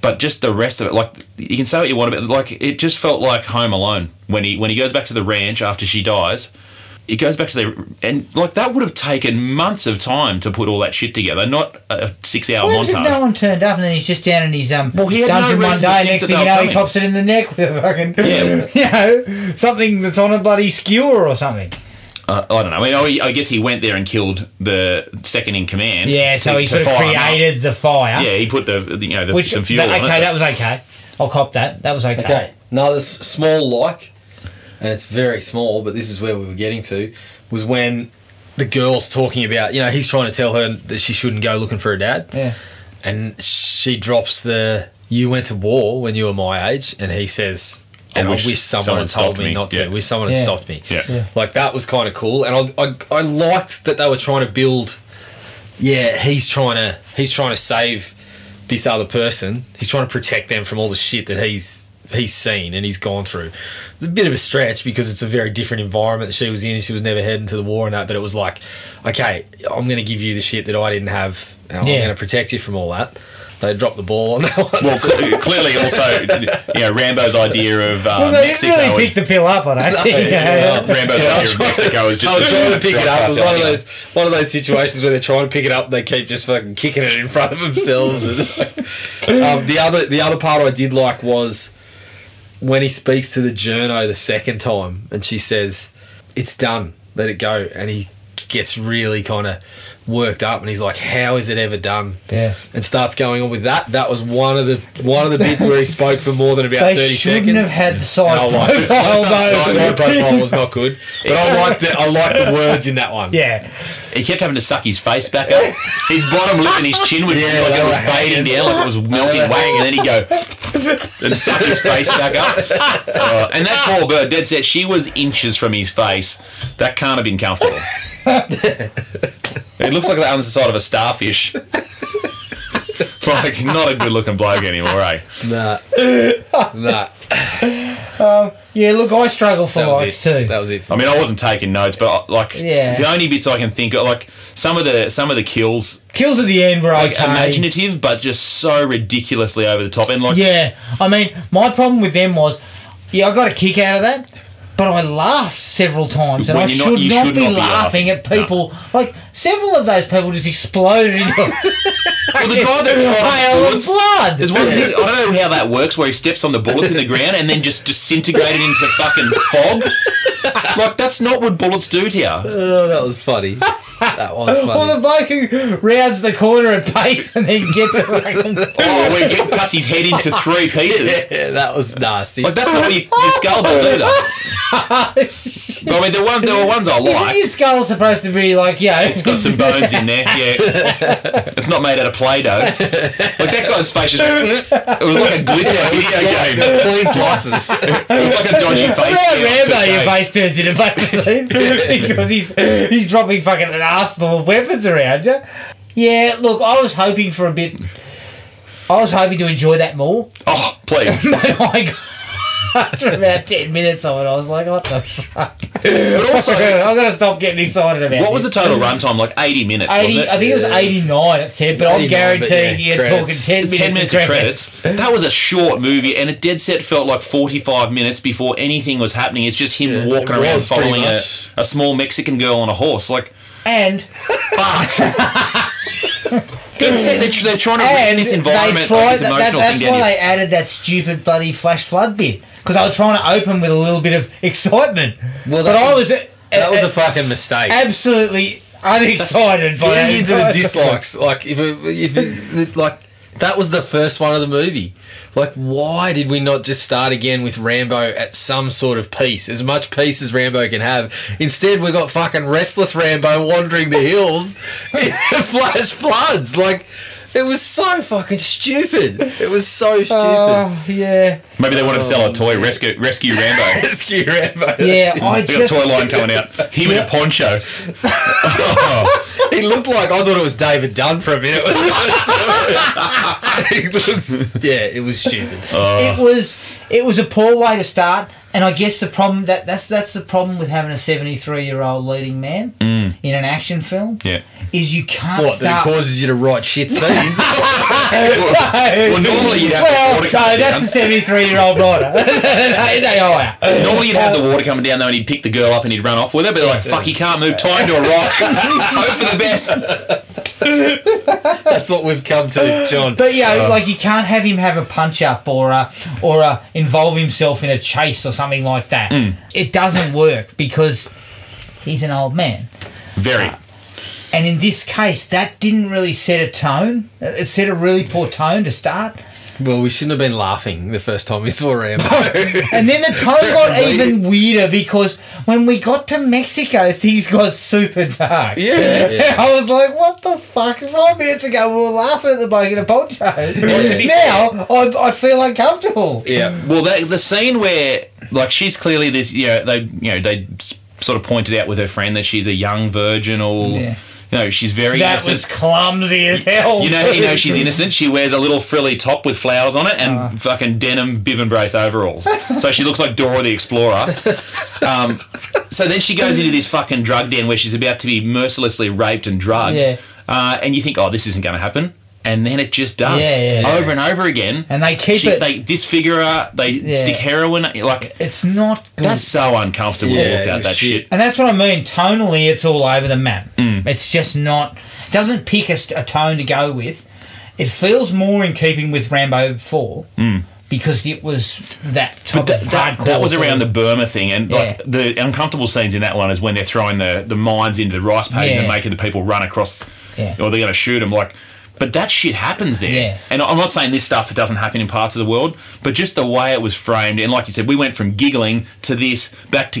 S4: But just the rest of it, like you can say what you want about, like it just felt like Home Alone when he when he goes back to the ranch after she dies. It goes back to the and like that would have taken months of time to put all that shit together, not a six-hour
S2: What if
S4: montage.
S2: no one turned up and then he's just down in his um
S4: Well, he had no
S2: dungeon one
S4: reason to
S2: day?
S4: think
S2: Next
S4: that
S2: thing
S4: they
S2: you know,
S4: were
S2: he
S4: coming.
S2: cops it in the neck with a fucking
S4: Yeah.
S2: you know something that's on a bloody skewer or something.
S4: I, Uh, I don't know. I mean, I, I guess he went there and killed the second in command.
S2: Yeah, so
S4: to-
S2: he
S4: to
S2: sort of
S4: fire him up.
S2: created the fire.
S4: Yeah, he put the, the you know the,
S2: which
S4: some fuel
S2: that-
S4: on it.
S2: okay, that was okay. I'll cop that. That was okay.
S3: Okay. Another s- small like, and it's very small, but this is where we were getting to, was when the girl's talking about, you know, he's trying to tell her that she shouldn't go looking for her dad.
S2: Yeah.
S3: And she drops the, you went to war when you were my age. And he says,
S4: I
S3: and I
S4: wish
S3: wish, someone had told
S4: someone stopped
S3: me
S4: me."
S3: not to.
S4: Yeah.
S3: Wish someone had
S2: Yeah.
S3: stopped me.
S4: Yeah. Yeah.
S3: Like that was kind of cool. And I, I, I liked that they were trying to build, yeah, he's trying to, he's trying to save this other person. He's trying to protect them from all the shit that he's he's seen and he's gone through. It's a bit of a stretch because it's a very different environment that she was in. She was never heading to the war and that, but it was like, okay, I'm going to give you the shit that I didn't have. And
S2: Yeah.
S3: I'm going to protect you from all that. They dropped the ball on that one.
S4: well, cle- clearly, also, you know, Rambo's idea of uh,
S2: Well, they didn't
S4: Mexico
S2: really
S4: is
S2: pick the pill up on it.
S3: No,
S2: you know.
S3: yeah.
S4: Rambo's
S3: Yeah, I
S4: idea
S3: was
S4: of
S3: trying to-
S4: Mexico is just
S3: I was trying to pick it up. It was
S4: Drop
S3: one of
S4: cartel.
S3: those one of those situations where they're trying to pick it up, and they keep just fucking kicking it in front of themselves. And, um, the other the other part I did like was when he speaks to the journo the second time, and she says, "It's done, let it go," and he gets really kind of worked up, and he's like, "How is it ever done?"
S2: Yeah.
S3: And starts going on with that. That was one of the one of the bits where he spoke for more than about
S2: They
S3: thirty
S2: shouldn't
S3: seconds.
S2: have had the
S3: I
S2: side
S3: like it.
S2: profile.
S3: Side-
S2: though.
S3: side profile was not good, but I like the I like the words in that one.
S2: Yeah.
S4: He kept having to suck his face back up. His bottom lip and his chin would
S3: Yeah,
S4: like
S3: they
S4: it was
S3: were
S4: fading down, like it was melting
S3: were
S4: wax, and then he'd go and suck his face back up. Uh, and that poor bird, dead set, she was inches from his face. That can't have been comfortable. it looks like that was the side of a starfish. like, not a good looking bloke anymore, eh?
S3: Nah, nah.
S2: Yeah, look, I struggle for
S3: That was
S2: likes
S3: it.
S2: too.
S3: That was it. Oh,
S4: I mean, I wasn't taking notes, but like
S2: Yeah.
S4: the only bits I can think of, like some of the some of the kills,
S2: Kills at the end were
S4: like
S2: okay.
S4: imaginative, but just so ridiculously over the top, and like
S2: Yeah, I mean, my problem with them was, yeah, I got a kick out of that, but I laughed several times, and
S4: When
S2: I
S4: you're
S2: should
S4: not-
S2: not,
S4: you should
S2: be
S4: not be
S2: laughing
S4: laughing.
S2: at people. Like several of those people just exploded into
S4: well, the guy that
S2: hail
S4: tried
S2: of
S4: bullets.
S2: blood.
S4: There's one thing, I don't know how that works, where he steps on the bullets in the ground and then just disintegrated into fucking fog. Like that's not what bullets do to you.
S3: Oh, that was funny. That was
S2: Or the
S3: funny.
S2: bloke who rounds the corner and pays and then gets a fucking.
S4: Oh, where he cuts his head into three pieces.
S3: Yeah, that was nasty.
S4: Like that's not what your, your skull does either. But I mean, there were one, there were ones I
S2: Isn't
S4: liked.
S2: your skull supposed to be like, yeah?
S4: It's got some bones in there. Yeah, it's not made out of play-doh. Like that guy's face just it was like a glitter video game.
S3: That's clean slices.
S4: It was like a dodgy face.
S2: Around
S4: that
S2: Rambo,
S4: took
S2: your
S4: aim.
S2: face turns into Vaseline because he's he's dropping fucking an arsenal of weapons around you. Yeah, look, I was hoping for a bit. I was hoping to enjoy that more.
S4: Oh, please!
S2: And I got, after about ten minutes of it, I was like, "What the fuck?"
S4: But also,
S2: I'm gonna stop getting excited about.
S4: what was
S2: it.
S4: the total runtime? Like eighty minutes,
S2: Eighty,
S4: wasn't it?
S2: I think it was
S3: Yeah.
S2: eighty-nine. It said, but I'm
S3: 89, but
S2: guaranteeing
S3: yeah,
S2: you're talking
S3: credits.
S2: ten minutes.
S4: Ten minutes of credits. That was a short movie, and it dead set felt like forty-five minutes before anything was happening. It's just him
S3: Yeah,
S4: walking
S3: it
S4: around
S3: was pretty
S4: following a,
S3: much.
S4: a small Mexican girl on a horse. Like
S2: and
S4: dead set, they're, they're trying to
S2: and
S4: in this
S2: they
S4: environment,
S2: tried,
S4: like this
S2: that-
S4: emotional
S2: that-
S4: thing.
S2: that's
S4: down
S2: why
S4: here.
S2: they added that stupid bloody flash flood bit because I was trying to open with a little bit of excitement. but
S3: Well, that
S2: I
S3: was-
S2: was uh,
S3: That was
S2: uh,
S3: a fucking mistake.
S2: absolutely unexcited by
S3: Getting into the
S2: entire-
S3: dislikes, like if it, if it, like That was the first one of the movie. Like, why did we not just start again with Rambo at some sort of peace? As much peace as Rambo can have. Instead, we got fucking restless Rambo wandering the hills in flash floods. Like, it was so fucking stupid. It was so stupid.
S2: Oh, yeah.
S4: Maybe they want to sell a toy, rescue, rescue Rambo.
S3: Rescue Rambo.
S2: Yeah,
S4: I
S2: Oh. I
S4: we got a
S2: just.
S4: toy line coming out. Him in a poncho. Oh,
S3: He looked like I thought it was David Dunn for a minute. he looks, yeah, it was stupid.
S2: It was it was a poor way to start, and I guess the problem that that's that's the problem with having a seventy three year old leading man in an action film
S4: yeah.
S2: is you can't
S3: what? That
S2: start.
S3: it causes you to write shit scenes.
S4: Well, normally you'd have
S2: well,
S4: the water
S2: no,
S4: coming
S2: that's a
S4: down.
S2: seventy three year old writer. they, they are out.
S4: Normally you'd have the water coming down though, and he'd pick the girl up and he'd run off with her. But they're like, "Fuck, he can't move. Tie him to a rock. Hope for the best."
S3: That's what we've come to, John.
S2: But yeah, like you can't have him have a punch up or a, or a involve himself in a chase or something like that. It doesn't work because he's an old man.
S4: Very.
S2: And in this case, that didn't really set a tone. It set a really poor tone to start.
S3: Well, we shouldn't have been laughing the first time we saw Rambo.
S2: And then the tone got even weirder because when we got to Mexico, things got super dark.
S3: yeah.
S2: I was like, what the fuck? Five minutes ago, we were laughing at the bloke in a poncho.
S4: to be
S2: Now, I, I feel uncomfortable.
S3: Yeah.
S4: Well, that, the scene where like she's clearly this, you know, they you know they s- sort of pointed out with her friend that she's a young virgin, or
S2: Yeah.
S4: you know, she's very
S2: That
S4: innocent.
S2: was clumsy as hell.
S4: you know, you know she's innocent. She wears a little frilly top with flowers on it and
S2: Ah.
S4: fucking denim bib and brace overalls. So she looks like Dora the Explorer. Um, so then she goes into this fucking drug den where she's about to be mercilessly raped and drugged.
S2: Yeah.
S4: Uh, and you think, oh, this isn't going to happen. And then it just does
S2: Yeah, yeah, yeah.
S4: over and over again.
S2: And they keep
S4: She-
S2: it-
S4: They disfigure her. They stick heroin. Like
S2: It's not good.
S4: that's so uncomfortable
S3: Yeah,
S4: to look at
S3: it
S4: that
S3: was shit.
S4: shit.
S2: and that's what I mean. Tonally, it's all over the map.
S4: Hmm.
S2: It's just not. Doesn't pick a, st- a tone to go with. It feels more in keeping with Rambo Four because it was that type
S4: Hmm. But that,
S2: of
S4: that,
S2: hardcore.
S4: that was around the
S2: thing.
S4: Burma thing, and like
S2: Yeah.
S4: the uncomfortable scenes in that one is when they're throwing the, the mines into the rice paddies and
S2: Yeah.
S4: making the people run across,
S2: Yeah.
S4: or they're going to shoot them. Like, but that shit happens there.
S2: Yeah.
S4: And I'm not saying this stuff doesn't happen in parts of the world, but just the way it was framed, and like you said, we went from giggling to this, back to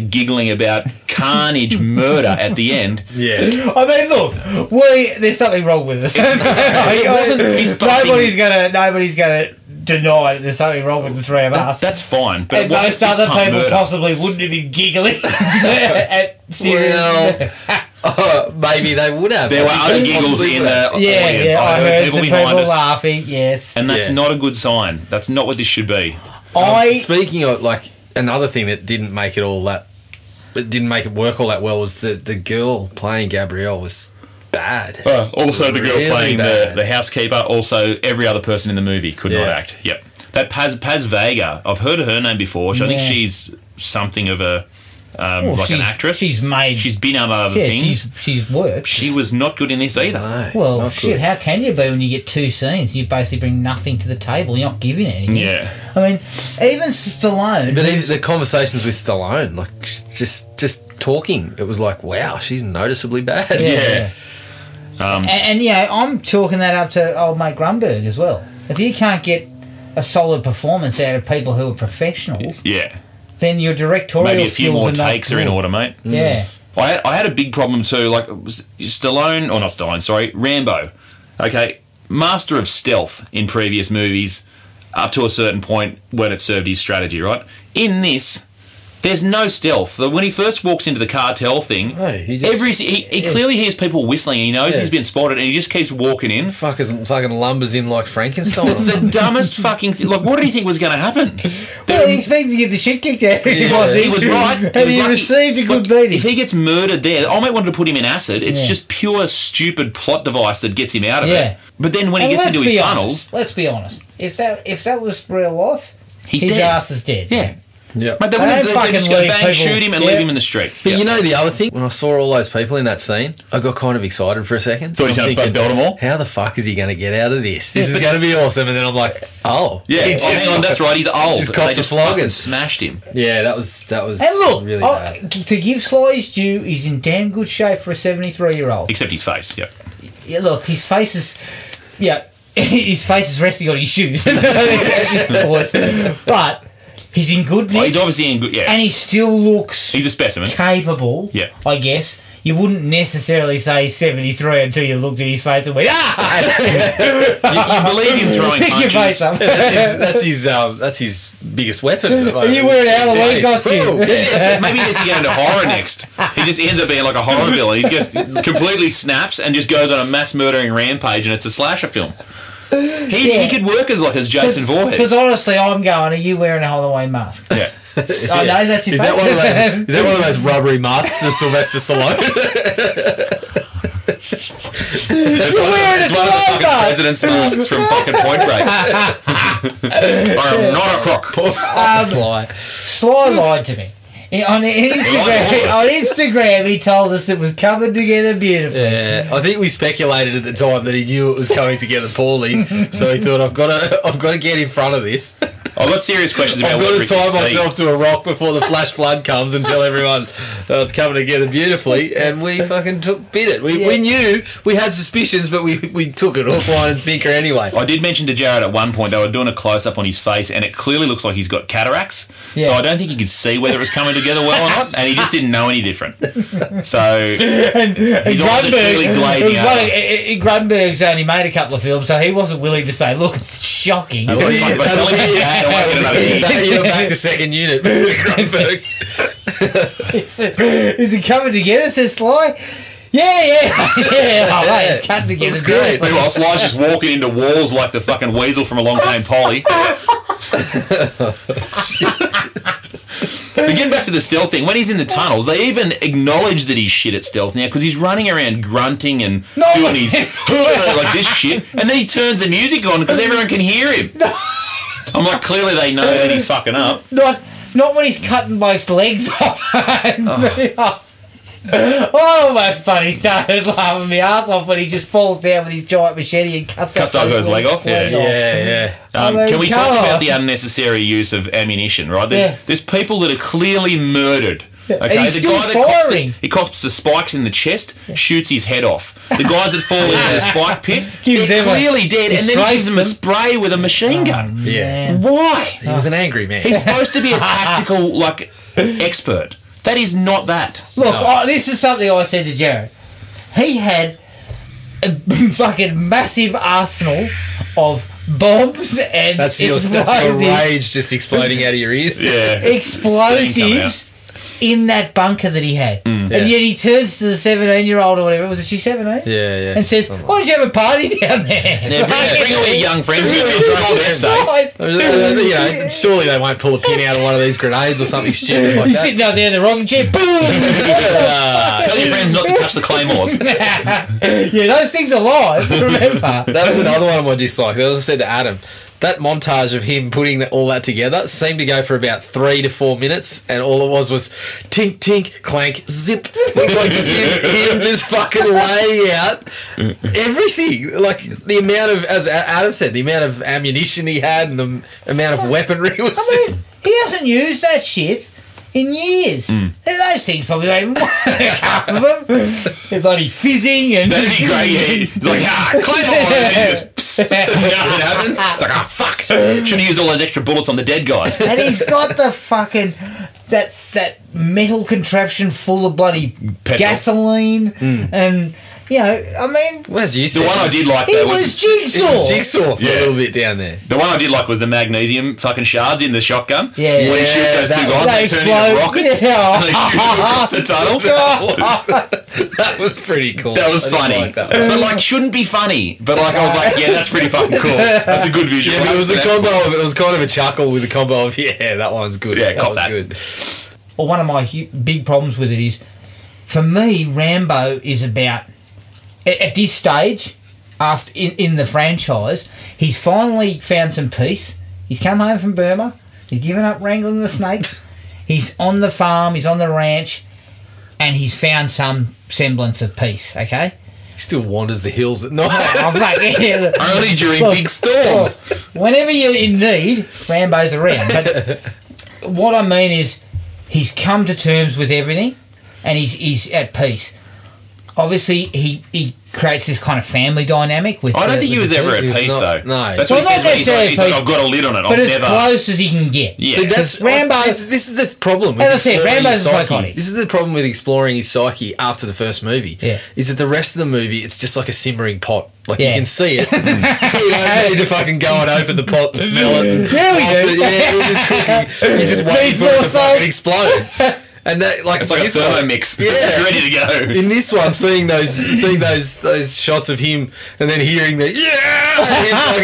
S4: giggling about carnage, murder at the end.
S3: Yeah.
S2: I mean, look, we there's something wrong with us.
S4: it wasn't fist bumping.
S2: nobody's gonna nobody's gonna deny that there's something wrong with the three of us.
S4: That's fine, but it
S2: and
S4: wasn't
S2: most other
S4: fist pump
S2: people
S4: murder.
S2: possibly wouldn't have been giggling at serious.
S3: Well, uh, maybe they would have.
S4: There were
S3: Maybe
S4: other
S3: they
S4: giggles
S3: possibly
S4: in
S3: would have.
S4: the
S2: yeah,
S4: audience.
S2: yeah, I heard
S4: people
S2: some people
S4: behind us.
S2: laughing. Yes,
S4: And um, that's
S3: Yeah.
S4: not a good sign. That's not what this should be.
S2: I
S3: Speaking of, like, another thing that didn't make it all that. It didn't make it work all that well was the, the girl playing Gabrielle was bad.
S4: Uh, also, the girl
S3: Really
S4: playing the,
S3: bad.
S4: the housekeeper. Also, every other person in the movie could not
S3: Yeah.
S4: act. Yep. That Paz, Paz Vega. I've heard of her name before. She, I think
S2: Yeah.
S4: she's something of a um,
S2: Well,
S4: like an
S2: she's-
S4: actress.
S2: she's made-
S4: She's been on other
S2: yeah,
S4: things.
S2: she's, she's worked.
S4: She was not good in this either.
S3: No,
S2: well,
S3: not
S2: shit.
S3: good.
S2: How can you be when you get two scenes? You basically bring nothing to the table. You're not giving anything.
S4: Yeah.
S2: I mean, even Stallone.
S3: But even the conversations with Stallone, like just just talking, it was like, wow, she's noticeably bad.
S4: Yeah. Um,
S2: and, and you know, I'm talking that up to old mate Grumberg as well. If you can't get a solid performance out of people who are professionals,
S4: Yeah.
S2: then your directorial
S4: Maybe a few
S2: skills
S4: more
S2: not
S4: takes are in
S2: good.
S4: order, mate.
S2: Yeah.
S4: I had, I had a big problem too. Like it was Stallone, or not Stallone, sorry, Rambo. Okay, master of stealth in previous movies, up to a certain point when it served his strategy. Right in this, there's no stealth. When he first walks into the cartel thing,
S3: No, he just-
S4: every he, he clearly hears people whistling. He knows
S3: Yeah.
S4: he's been spotted, and he just keeps walking in.
S3: Fuckers fucking lumbers in like Frankenstein.
S4: It's the dumbest fucking thing. Like, what did he think was going to happen?
S2: Well, he expected to get the shit kicked out of him.
S3: Yeah.
S2: I think.
S4: He was right.
S2: And
S4: was
S2: he
S4: lucky.
S2: received a good
S4: Look,
S2: beating.
S4: If he gets murdered there, I might want to put him in acid. It's
S2: Yeah.
S4: just pure stupid plot device that gets him out of
S2: Yeah.
S4: it. But then when he
S2: And
S4: gets
S2: let's
S4: into his
S2: be
S4: funnels,
S2: honest, Let's be honest. If that if that was real life,
S4: he's
S2: his
S4: dead.
S2: ass is dead.
S4: Yeah.
S3: yeah.
S4: Mate, they
S2: They
S4: wouldn't
S2: don't
S4: they,
S2: fucking
S4: they just go
S2: leave
S4: bang,
S2: people-
S4: shoot him and
S2: Yeah.
S4: leave him in the street.
S3: But you know the other thing, when I saw all those people in that scene, I got kind of excited for a second.
S4: Thought he was
S3: I'm
S4: gonna belt 'em all?
S3: How the fuck is he going to get out of this? This is going to be awesome. And then I'm like, oh,
S4: yeah,
S3: He
S4: oh,
S3: just-
S4: hang on, that's right. He's old.
S3: Just copped
S4: they
S3: the
S4: just fucking
S3: flogging.
S4: smashed him.
S3: Yeah, that was that was
S2: And look,
S3: really
S2: I-
S3: bad.
S2: to give Sly his due, he's in damn good shape for a 73 year old.
S4: Except his face. Yeah.
S2: Yeah, look, his face is. Yeah. his face is resting on his shoes at this point. But he's in good nick,
S4: Well, he's obviously in good. Yeah,
S2: and he still looks
S4: he's a specimen.
S2: capable.
S4: Yeah.
S2: I guess you wouldn't necessarily say seventy three until you looked at his face and went ah.
S4: You, you believe him throwing
S2: Pick your
S4: punches.
S3: Oh,
S2: face up.
S3: That's his. That's his. Um, that's his biggest weapon. At the moment.
S2: You wear an Halloween
S3: Yeah, he's
S2: costume.
S3: cool.
S4: Yeah, that's right. Maybe he has to get into horror next. He just ends up being like a horror villain. He just completely snaps and just goes on a mass murdering rampage, and it's a slasher film. He,
S2: Yeah.
S4: he could work as like as Jason
S2: Because
S4: Voorhees.
S2: honestly, I'm going. Are you wearing a Halloween mask?
S4: Yeah.
S2: I know that's your
S3: Is
S2: face.
S3: that one of those? Is that one of those rubbery masks of Sylvester Stallone?
S4: It's one, of the-
S2: wearing
S4: it's
S2: a
S4: one of the fucking
S2: clown mask.
S4: president's masks from fucking Point Break. I am not a crook.
S3: Oh, That's lie.
S2: Sly lied to me. He- On
S4: lied to
S2: Instagram,
S4: us.
S2: on Instagram, he told us it was coming together beautifully.
S3: Yeah, Uh, I think we speculated at the time that he knew it was coming together poorly, so he thought I've got to, I've got to get in front of this.
S4: I've got serious questions about
S3: I've
S4: what
S3: got to
S4: Rick
S3: tie
S4: is saying.
S3: myself to a rock before the flash flood comes and tell everyone that it's coming together beautifully. And we fucking took bit it. We, we knew we had suspicions, but we, we took it hook, line, and sinker anyway.
S4: I did mention to Jared at one point they were doing a close up on his face, and it clearly looks like he's got cataracts.
S2: Yeah.
S4: So I don't think he could see whether it was coming together well or not, and he just didn't know any different. So his eyes are clearly
S2: it was
S4: glazing
S2: one of-
S4: over.
S2: I- I- Grunberg's only made a couple of films, so he wasn't willing to say, "Look, it's shocking."
S3: Oh.
S4: He's like, "Fuck, by telling me today, I won't get another gig."
S3: That- You're back to second unit, Mr. Grunberg.
S2: Is it, is it coming together? Says Sly. Yeah, yeah, yeah. Oh, mate, it's cutting together.
S3: Looks great.
S2: beautifully.
S4: Meanwhile, Sly's just walking into walls like the fucking weasel from Along Came Polly. but getting back to the stealth thing, when he's in the tunnels, they even acknowledge that he's shit at stealth now because he's running around grunting and
S2: No.
S4: doing his like this shit, and then he turns the music on because everyone can hear him. I'm like, clearly they know that he's fucking up.
S2: Not, not when he's cutting blokes' legs off. oh. I almost funny started laughing my ass off when he just falls down with his giant machete and cuts,
S4: Cuts
S2: that
S4: up
S2: bloke's
S4: his leg off, yeah.
S3: Yeah, yeah.
S4: Um,
S2: mean,
S4: can we
S2: come
S4: talk
S2: on.
S4: about the unnecessary use of ammunition? Right, there's,
S2: Yeah.
S4: there's people that are clearly murdered. Okay,
S2: And he's
S4: the
S2: still
S4: guy that cops the,
S2: firing.
S4: he cops the spikes in the chest, shoots his head off. The guys that fall into the spike pit,
S2: Gives
S4: they're
S2: them a-
S4: clearly dead,
S2: he
S4: and then he
S2: strikes
S4: gives them a
S2: them.
S4: spray with a machine
S2: Oh,
S4: gun.
S3: Yeah.
S4: Why?
S3: He was an angry man.
S4: He's supposed to be a tactical like expert. That is not that.
S2: Look, I, this is something I said to Jared. He had a fucking massive arsenal of bombs and
S3: That's your, that's your
S2: explosives-
S3: rage just exploding out of your ears.
S4: Yeah. Steam come out.
S2: explosives in that bunker that he had. And
S3: Yeah.
S2: yet he turns to the 17 year old or whatever, was it she 17?
S3: Yeah, yeah.
S2: And says, Why don't you have a party down there?
S4: Yeah, bring, bring all your young friends in and try all their safe.
S2: Guys,
S3: uh, you know, surely they won't pull a pin out of one of these grenades or something stupid like
S2: He's
S3: that.
S2: sitting out there in the rocking chair. Boom!
S4: Tell your friends not to touch the claymores.
S2: yeah, those things are live. Remember,
S3: That was another one of my dislikes. As I said to Adam, that montage of him putting that, all that together seemed to go for about three to four minutes, and all it was was tink, tink, clank, zip. Like just him, him just fucking laying out everything. Like the amount of, as A- Adam said, the amount of ammunition he had and the m- amount of weaponry was
S2: I mean,
S3: just.
S2: he hasn't used that shit in years. Those things probably don't even work. half of them. They're bloody fizzing and
S4: That'd be great. Yeah. He's like, ah, claymore, and then just psst, nothing happens. It's like, ah, fuck. Should have used all those extra bullets on the dead guys.
S2: and he's got the fucking that that metal contraption full of bloody
S4: Petrol.
S2: gasoline and you know I mean
S3: Well, as you
S4: The
S3: said,
S4: one I did like
S2: he
S4: though
S2: was,
S4: was
S2: jigsaw.
S3: it was jigsaw for
S4: Yeah.
S3: a little bit down there.
S4: the one I did like was the magnesium fucking shards in the shotgun.
S2: Yeah, yeah.
S4: when he shoots those
S3: Yeah,
S4: two
S2: that
S4: guys,
S2: was-
S4: they turn
S2: they
S4: into rockets.
S2: explode.
S4: And they shoot across the tunnel.
S3: That was pretty cool.
S4: That was
S3: I didn't
S4: funny,
S3: like that.
S4: but like shouldn't be funny. But like I was like, yeah, that's pretty fucking cool. That's a good visual.
S3: Yeah, but it was a combo. Of, it was kind of a chuckle with a combo of yeah, that one's good.
S4: Yeah,
S3: that
S4: got
S3: was
S4: that.
S3: good.
S2: Well, one of my hu- big problems with it is, for me, Rambo is about at, at this stage, after in, in the franchise, he's finally found some peace. He's come home from Burma. He's given up wrangling the snakes. He's on the farm. He's on the ranch, and he's found some semblance of peace. Okay.
S3: He still wanders the hills at night.
S2: Oh, mate, yeah, look.
S4: only during
S2: Look,
S4: big storms.
S2: look, Whenever you're in need, Rambo's around. But what I mean is, he's come to terms with everything, and he's he's at peace. Obviously, he he creates this kind of family dynamic with.
S4: I don't
S2: the-
S4: think he
S2: with
S4: was
S2: the two.
S4: ever at
S3: He was
S4: peace
S3: not-
S4: though.
S3: no.
S4: that's
S2: Well,
S4: what he
S2: not
S4: says. When he's, like,
S2: necessarily
S4: he's like,
S2: peace,
S4: "I've got a lid on it.
S2: But
S4: I'll
S2: as
S4: never."
S2: close as he can get.
S4: Yeah.
S3: See, that's
S2: 'Cause Rambo-
S3: This, this is the problem. With
S2: As I said,
S3: exploring
S2: Rambo's
S3: his
S2: a
S3: psyche.
S2: psychotic.
S3: This is the problem with exploring his psyche after the first movie.
S2: Yeah.
S3: is that the rest of the movie it's just like a simmering pot. Like you
S2: Yeah.
S3: can see it. you don't need to fucking go and open the pot and smell it.
S2: Yeah, we
S3: After-
S2: do.
S3: Yeah, you're just cooking. You're just waiting
S2: Needs
S3: for it
S2: more
S3: to
S2: salt.
S3: fucking explode. And that, like,
S4: It's like a
S3: this one-
S4: thermo mix.
S3: Yeah.
S4: It's ready to go.
S3: in this one, seeing those seeing those those shots of him, and then hearing the yeah,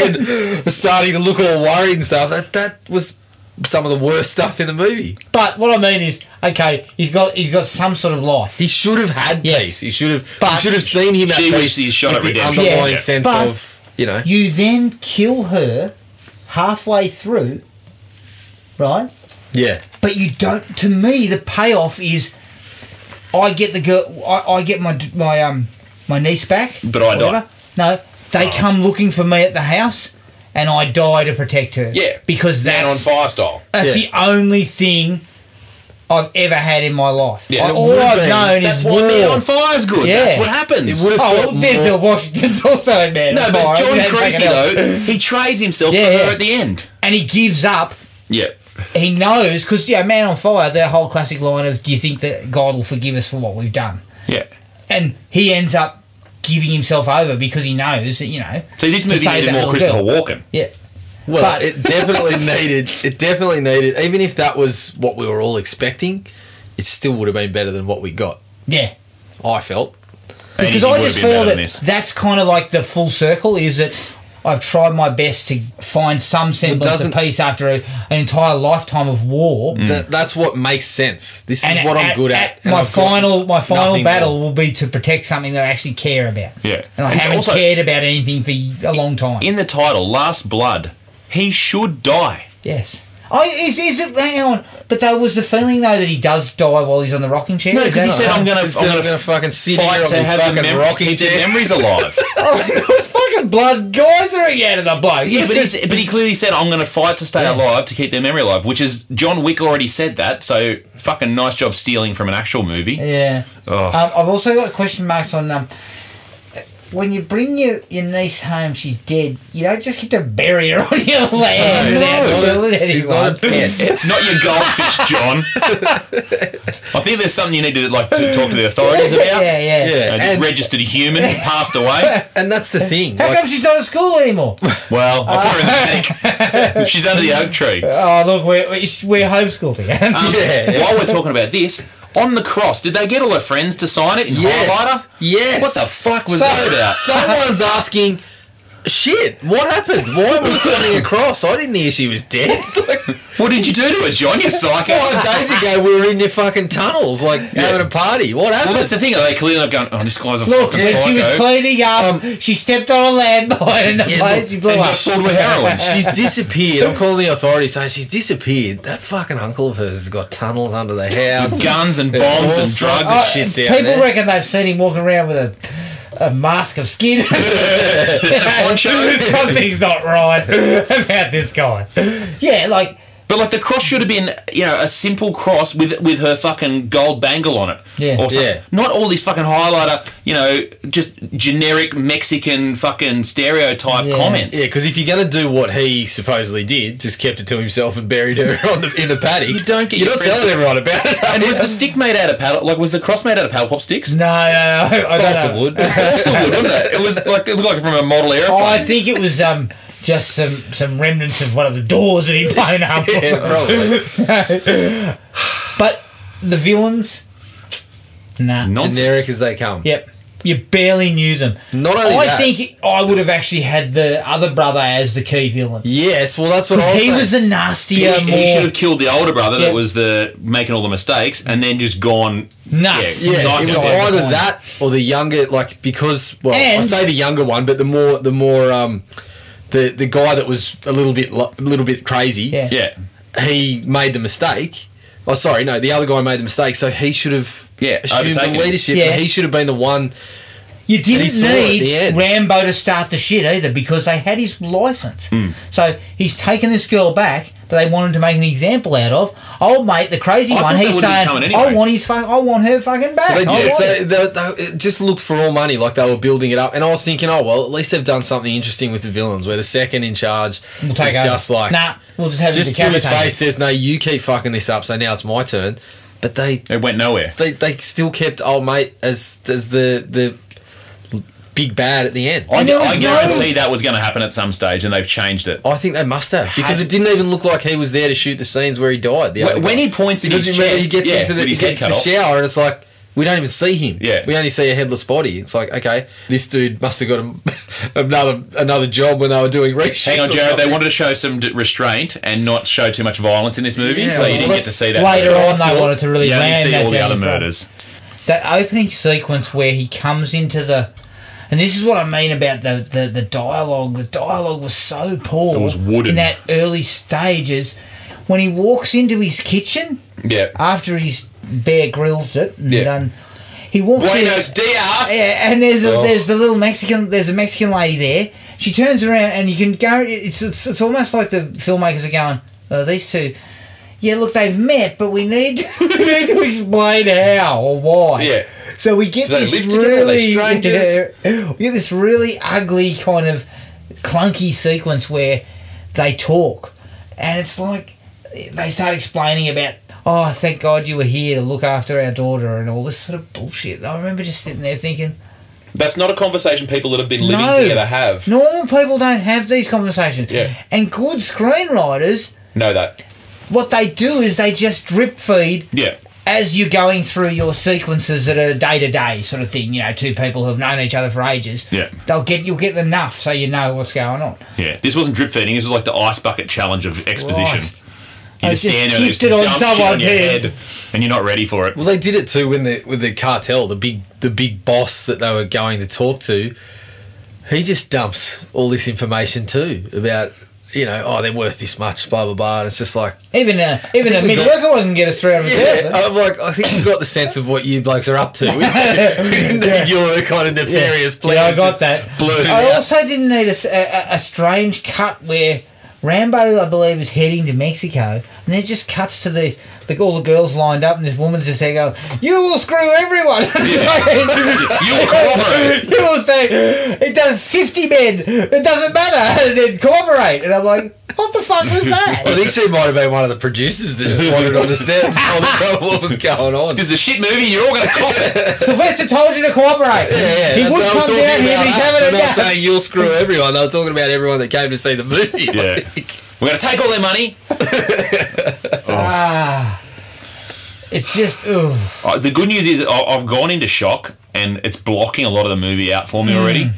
S3: and him fucking starting to look all worried and stuff. That that was some of the worst stuff in the movie.
S2: But what I mean is, okay, he's got he's got some sort of life.
S3: He should have had
S2: Yes.
S3: peace. He should have.
S2: But-
S3: he should have seen him.
S4: She
S3: at
S4: was-
S3: peace
S4: she shot
S3: with
S4: at
S3: the
S4: redemption.
S3: underlying
S2: Yeah.
S3: sense
S2: But-
S3: of you know.
S2: You then kill her halfway through, right?
S3: Yeah.
S2: But you don't. To me, the payoff is, I get the girl. I, I get my my um my niece back.
S4: But I die. Oh.
S2: whatever. No, they come looking for me at the house, and I die to protect her.
S4: Yeah.
S2: because
S4: Man on
S2: that's
S4: fire style.
S2: That's
S3: Yeah.
S2: the only thing I've ever had in my life.
S4: Yeah,
S2: I-
S4: it
S2: all
S3: would
S2: I've
S3: be.
S2: known
S4: That's
S2: is
S4: why
S2: war.
S4: Man on Fire's good.
S2: Yeah.
S4: That's what
S3: It
S4: happens.
S3: would have
S2: oh, well,
S3: felt more-
S2: Denzel Washington's also a man.
S4: no,
S2: on
S4: but
S2: fire.
S4: John
S2: That's
S4: Creasy
S2: fucking hell.
S4: though, he trades himself
S2: Yeah,
S4: for
S2: yeah.
S4: her at the end.
S2: and he gives up.
S4: Yeah.
S2: He knows because yeah, man on fire. The whole classic line of "Do you think that God will forgive us for what we've done?"
S4: Yeah.
S2: And he ends up giving himself over because he knows that you know.
S4: See, this
S2: to
S4: movie
S2: save
S4: needed
S2: that little
S4: more Christopher
S2: girl.
S4: Walken.
S2: Yeah,
S3: Well,
S2: But-
S3: it definitely needed. It definitely needed. Even if that was what we were all expecting, it still would have been better than what we got.
S2: yeah.
S3: I felt.
S2: because
S4: Anything
S2: I
S4: would
S2: just
S4: have been
S2: feel
S4: better
S2: that
S4: than this.
S2: that's kind of like the full circle is that I've tried my best to find some semblance
S3: doesn't-
S2: of peace after a, an entire lifetime of war.
S4: Mm. Hmm.
S3: That, that's what makes sense. This is what I'm good at. and
S2: my
S3: I've got
S2: final, my final
S3: nothing
S2: battle
S3: more.
S2: will be to protect something that I actually care about.
S4: Yeah.
S2: and I
S4: And
S2: haven't
S4: also-
S2: cared about anything for y- a long time.
S4: In the title, Last Blood, he should die.
S2: yes. I, is, is it, hang on, but there was the feeling though that he does die while he's on the rocking chair.
S4: No,
S2: is
S4: because he
S2: that
S4: said,
S2: right?
S4: "I'm gonna,
S3: He said,
S4: I'm
S3: "I'm
S4: gonna
S3: gonna fucking sit here
S4: fight
S3: on
S4: to
S3: this
S4: have the
S3: fucking
S4: mem-
S3: rocking
S4: keep the
S3: chair."
S4: memories alive."
S2: fucking blood geysering out of the bloke.
S4: yeah, but he s- but he clearly said, "I'm gonna fight to stay alive to keep their memory alive," which is John Wick already said that. So fucking nice job stealing from an actual movie.
S2: Yeah. Um, I've also got question marks on um, when you bring your, your niece home, she's dead. You don't just get to bury her on your land.
S3: No,
S2: That's
S3: no,
S2: all it
S3: she's
S2: is,
S3: not a
S2: like.
S3: pet.
S4: It's not your goldfish, John. I think there's something you need to like to talk to the authorities about.
S2: Yeah, yeah.
S3: Yeah.
S4: Uh, just
S3: and-
S4: registered a human, passed away.
S3: And that's the thing.
S2: How
S3: like-
S2: come she's not at school anymore?
S4: Well, I put her in the attic. She's under the oak tree. Um,
S2: oh, look, we're, we're we're homeschooled again.
S3: yeah.
S4: While we're talking about this, on the cross, did they get all her friends to sign it in
S3: Yes.
S4: highlighter?
S3: Yes.
S4: What the fuck was
S3: So-
S4: that about?
S3: Someone's asking, shit, what happened? Why was turning across? I didn't hear she was dead. Like,
S4: What did you do to her, John? You psycho.
S3: five days ago, we were in your fucking tunnels, like having a party. What
S4: Well, that's
S3: happened?
S4: the thing. They clearly not going. Oh, this guy's a
S2: look,
S4: fucking
S2: when
S4: psycho.
S2: she was cleaning up, she stepped on a landmine and the
S3: Yeah,
S2: place
S3: look,
S2: she blew
S4: and
S2: up.
S4: she's filled with heroin.
S3: She's disappeared. I'm calling the authorities saying she's disappeared. That fucking uncle of hers has got tunnels under the house.
S4: Guns and
S3: Yeah,
S4: bombs
S3: all
S4: and
S3: sorts
S4: drugs.
S3: of
S4: and
S2: Oh,
S3: shit down
S2: People
S3: there.
S2: reckon they've seen him walking around with a, a mask of skin.
S4: poncho.
S2: Something's not right about this guy. Yeah, like
S4: But like the cross should have been, you know, a simple cross with with her fucking gold bangle on it.
S2: Yeah.
S4: Or something.
S3: Yeah.
S4: Not all this fucking highlighter, you know, just generic Mexican fucking stereotype
S2: Yeah.
S4: comments.
S3: Yeah, because if you're gonna do what he supposedly did, just kept it to himself and buried her on the, in the paddock,
S4: You don't get
S3: You're
S4: your
S3: not
S4: friends
S3: telling
S4: to-
S3: everyone about it.
S4: And was the stick made out of paddle? Like, was the cross made out of paddle pop sticks?
S2: no, no, no. I, I don't know.
S3: wood.
S4: Of course it would, wouldn't it? It was like it looked like from a model airplane.
S2: I think it was um just some some remnants of one of the doors that he'd blown up.
S3: yeah, probably.
S2: But the villains, nah.
S4: Nonsense.
S3: Generic as they come.
S2: Yep. You barely knew them.
S3: Not only
S2: I
S3: that-
S2: think I would have actually had the other brother as the key villain.
S3: Yes, well that's what I
S2: Because
S3: was
S2: he was the nastier,
S4: he,
S2: more
S4: he should have killed the older brother
S2: Yeah.
S4: that was the making all the mistakes, and then just gone
S2: Nuts.
S4: Yeah,
S3: yeah,
S4: psycho.
S3: it was
S2: Yeah.
S3: either that or the younger, like because well, I
S2: And-
S3: say the younger one, but the more the more um, the the guy that was a little bit lo- a little bit crazy.
S2: Yeah.
S4: Yeah,
S3: he made the mistake. Oh, sorry, no, the other guy made the mistake, so he should have
S4: Yeah,
S3: assumed
S4: overtaken
S3: the
S4: it.
S3: leadership.
S2: Yeah.
S3: and he should have been the one.
S2: You
S3: he
S2: didn't
S3: saw it at the
S2: need
S3: end. Hmm.
S2: Rambo to start the shit either because they had his license. So he's taken this girl back. that they wanted to make an example out of. Old mate, the crazy one,
S4: I thought they
S2: he's
S4: would've
S2: saying,
S4: come in
S2: "I
S4: anyway."
S2: want his fuck, I want her fucking back." I
S3: They did.
S2: want
S3: So
S2: it."
S3: they, they, it just looked for all money, like they were building it up. And I was thinking, oh well, at least they've done something interesting with the villains, where the second in charge
S2: We'll
S3: was
S2: take over.
S3: just like
S2: nah. We'll just have
S3: just
S2: just
S3: to his face says, no, you keep fucking this up, so now it's my turn. But they
S4: It went nowhere.
S3: they, they still kept old mate as as the the big bad at the end.
S4: I,
S2: And there was
S4: I
S2: no-
S4: guarantee that was going to happen at some stage, and they've changed it.
S3: I think they must have because it didn't even look like he was there to shoot the scenes where he died. The
S4: When-
S3: other
S4: when
S3: guy.
S4: he points at
S3: Because
S4: his
S3: you remember he
S4: chest,
S3: gets
S4: yeah,
S3: into the,
S4: with
S3: he
S4: his
S3: gets
S4: head
S3: to the
S4: cut
S3: shower and it's like we don't even see him.
S4: Yeah.
S3: we only see a headless body. It's like okay, this dude must have got a, another another job when they were doing reshoots.
S4: Hang on,
S3: or
S4: Jared. They
S3: something.
S4: wanted to show some d- restraint and not show too much violence in this movie,
S3: Yeah,
S4: so you
S3: well,
S4: didn't get
S3: that's
S4: to see that.
S2: later
S4: So
S2: on they
S4: thought
S2: wanted to really
S4: you only
S2: ram
S4: see
S2: that
S4: all the
S2: down
S4: other
S2: his throat.
S4: murders.
S2: that opening sequence where he comes into the and this is what I mean about the, the, the dialogue. The dialogue was so poor
S4: It was wooden.
S2: in that early stages. When he walks into his kitchen
S4: Yeah.
S2: after he's bear grills it and
S4: Yeah.
S2: done, he walks
S4: Buenos
S2: in.
S4: dias.
S2: Yeah, and there's a
S3: Oh.
S2: there's the little Mexican there's a Mexican lady there. She turns around and you can go. It's it's, it's almost like the filmmakers are going. Oh, these two. Yeah, look, they've met, but we need to, we need to explain how or why.
S4: Yeah.
S2: So we get
S3: Do they
S2: this
S3: live
S2: really
S3: together? Are they strangers?
S2: Yeah, we get this really ugly kind of clunky sequence where they talk, and it's like they start explaining about. Oh, thank God you were here to look after our daughter and all this sort of bullshit. I remember just sitting there thinking,
S4: That's not a conversation people that have been living
S2: No.
S4: together have.
S2: normal people don't have these conversations.
S4: Yeah.
S2: And good screenwriters,
S4: Know that.
S2: what they do is they just drip feed
S4: Yeah.
S2: as you're going through your sequences that are day to day sort of thing, you know, two people who've known each other for ages,
S4: Yeah.
S2: they'll get you'll get enough so you know what's going on.
S4: Yeah. This wasn't drip feeding. This was like the ice bucket challenge of exposition.
S2: Christ.
S4: You
S2: I
S4: just
S2: just
S4: stand there and
S2: kicked
S4: just
S2: it on
S4: dump shit on
S2: someone's
S4: your
S2: head.
S4: head, and you're not ready for it.
S3: Well, they did it too when the with the cartel, the big the big boss that they were going to talk to. He just dumps all this information too about you know oh they're worth this much blah blah blah. And it's just like
S2: Even a even a
S3: we
S2: mid
S3: got-
S2: worker wasn't get us three hundred
S3: yeah,
S2: thousand.
S3: I'm like I think you got the sense of what you blokes are up to. We didn't, we didn't
S2: Yeah.
S3: need your kind of nefarious
S2: Yeah, I
S3: plans.
S2: got
S3: just
S2: that.
S3: blurred it
S2: I
S3: out.
S2: also didn't need a, s- a- a- a strange cut where Rambo, I believe, is heading to Mexico, and then it just cuts to the, the all the girls lined up, and this woman's just there going, "You will screw everyone."
S4: You will cooperate.
S2: He will say, it does 50 men, it doesn't matter, and then cooperate. And I'm like, what the fuck was
S3: I
S2: that?
S3: think she might have been one of the producers that just wandered on the set and told everyone what was going on.
S4: This is a shit movie. You're all going to cop it.
S2: Sylvester told you to cooperate.
S3: Yeah,
S2: he
S3: that's
S2: would
S3: what I'm
S2: come down
S3: talking
S2: here and
S3: about
S2: he's
S3: us.
S2: having
S3: They're
S2: a
S3: not
S2: go.
S3: saying you'll screw everyone. They were talking about everyone that came to see the movie.
S4: Yeah. We're going to take all their money.
S2: Ah. It's just, ooh.
S4: Uh, the good news is I- I've gone into shock, and it's blocking a lot of the movie out for me
S2: Hmm.
S4: already.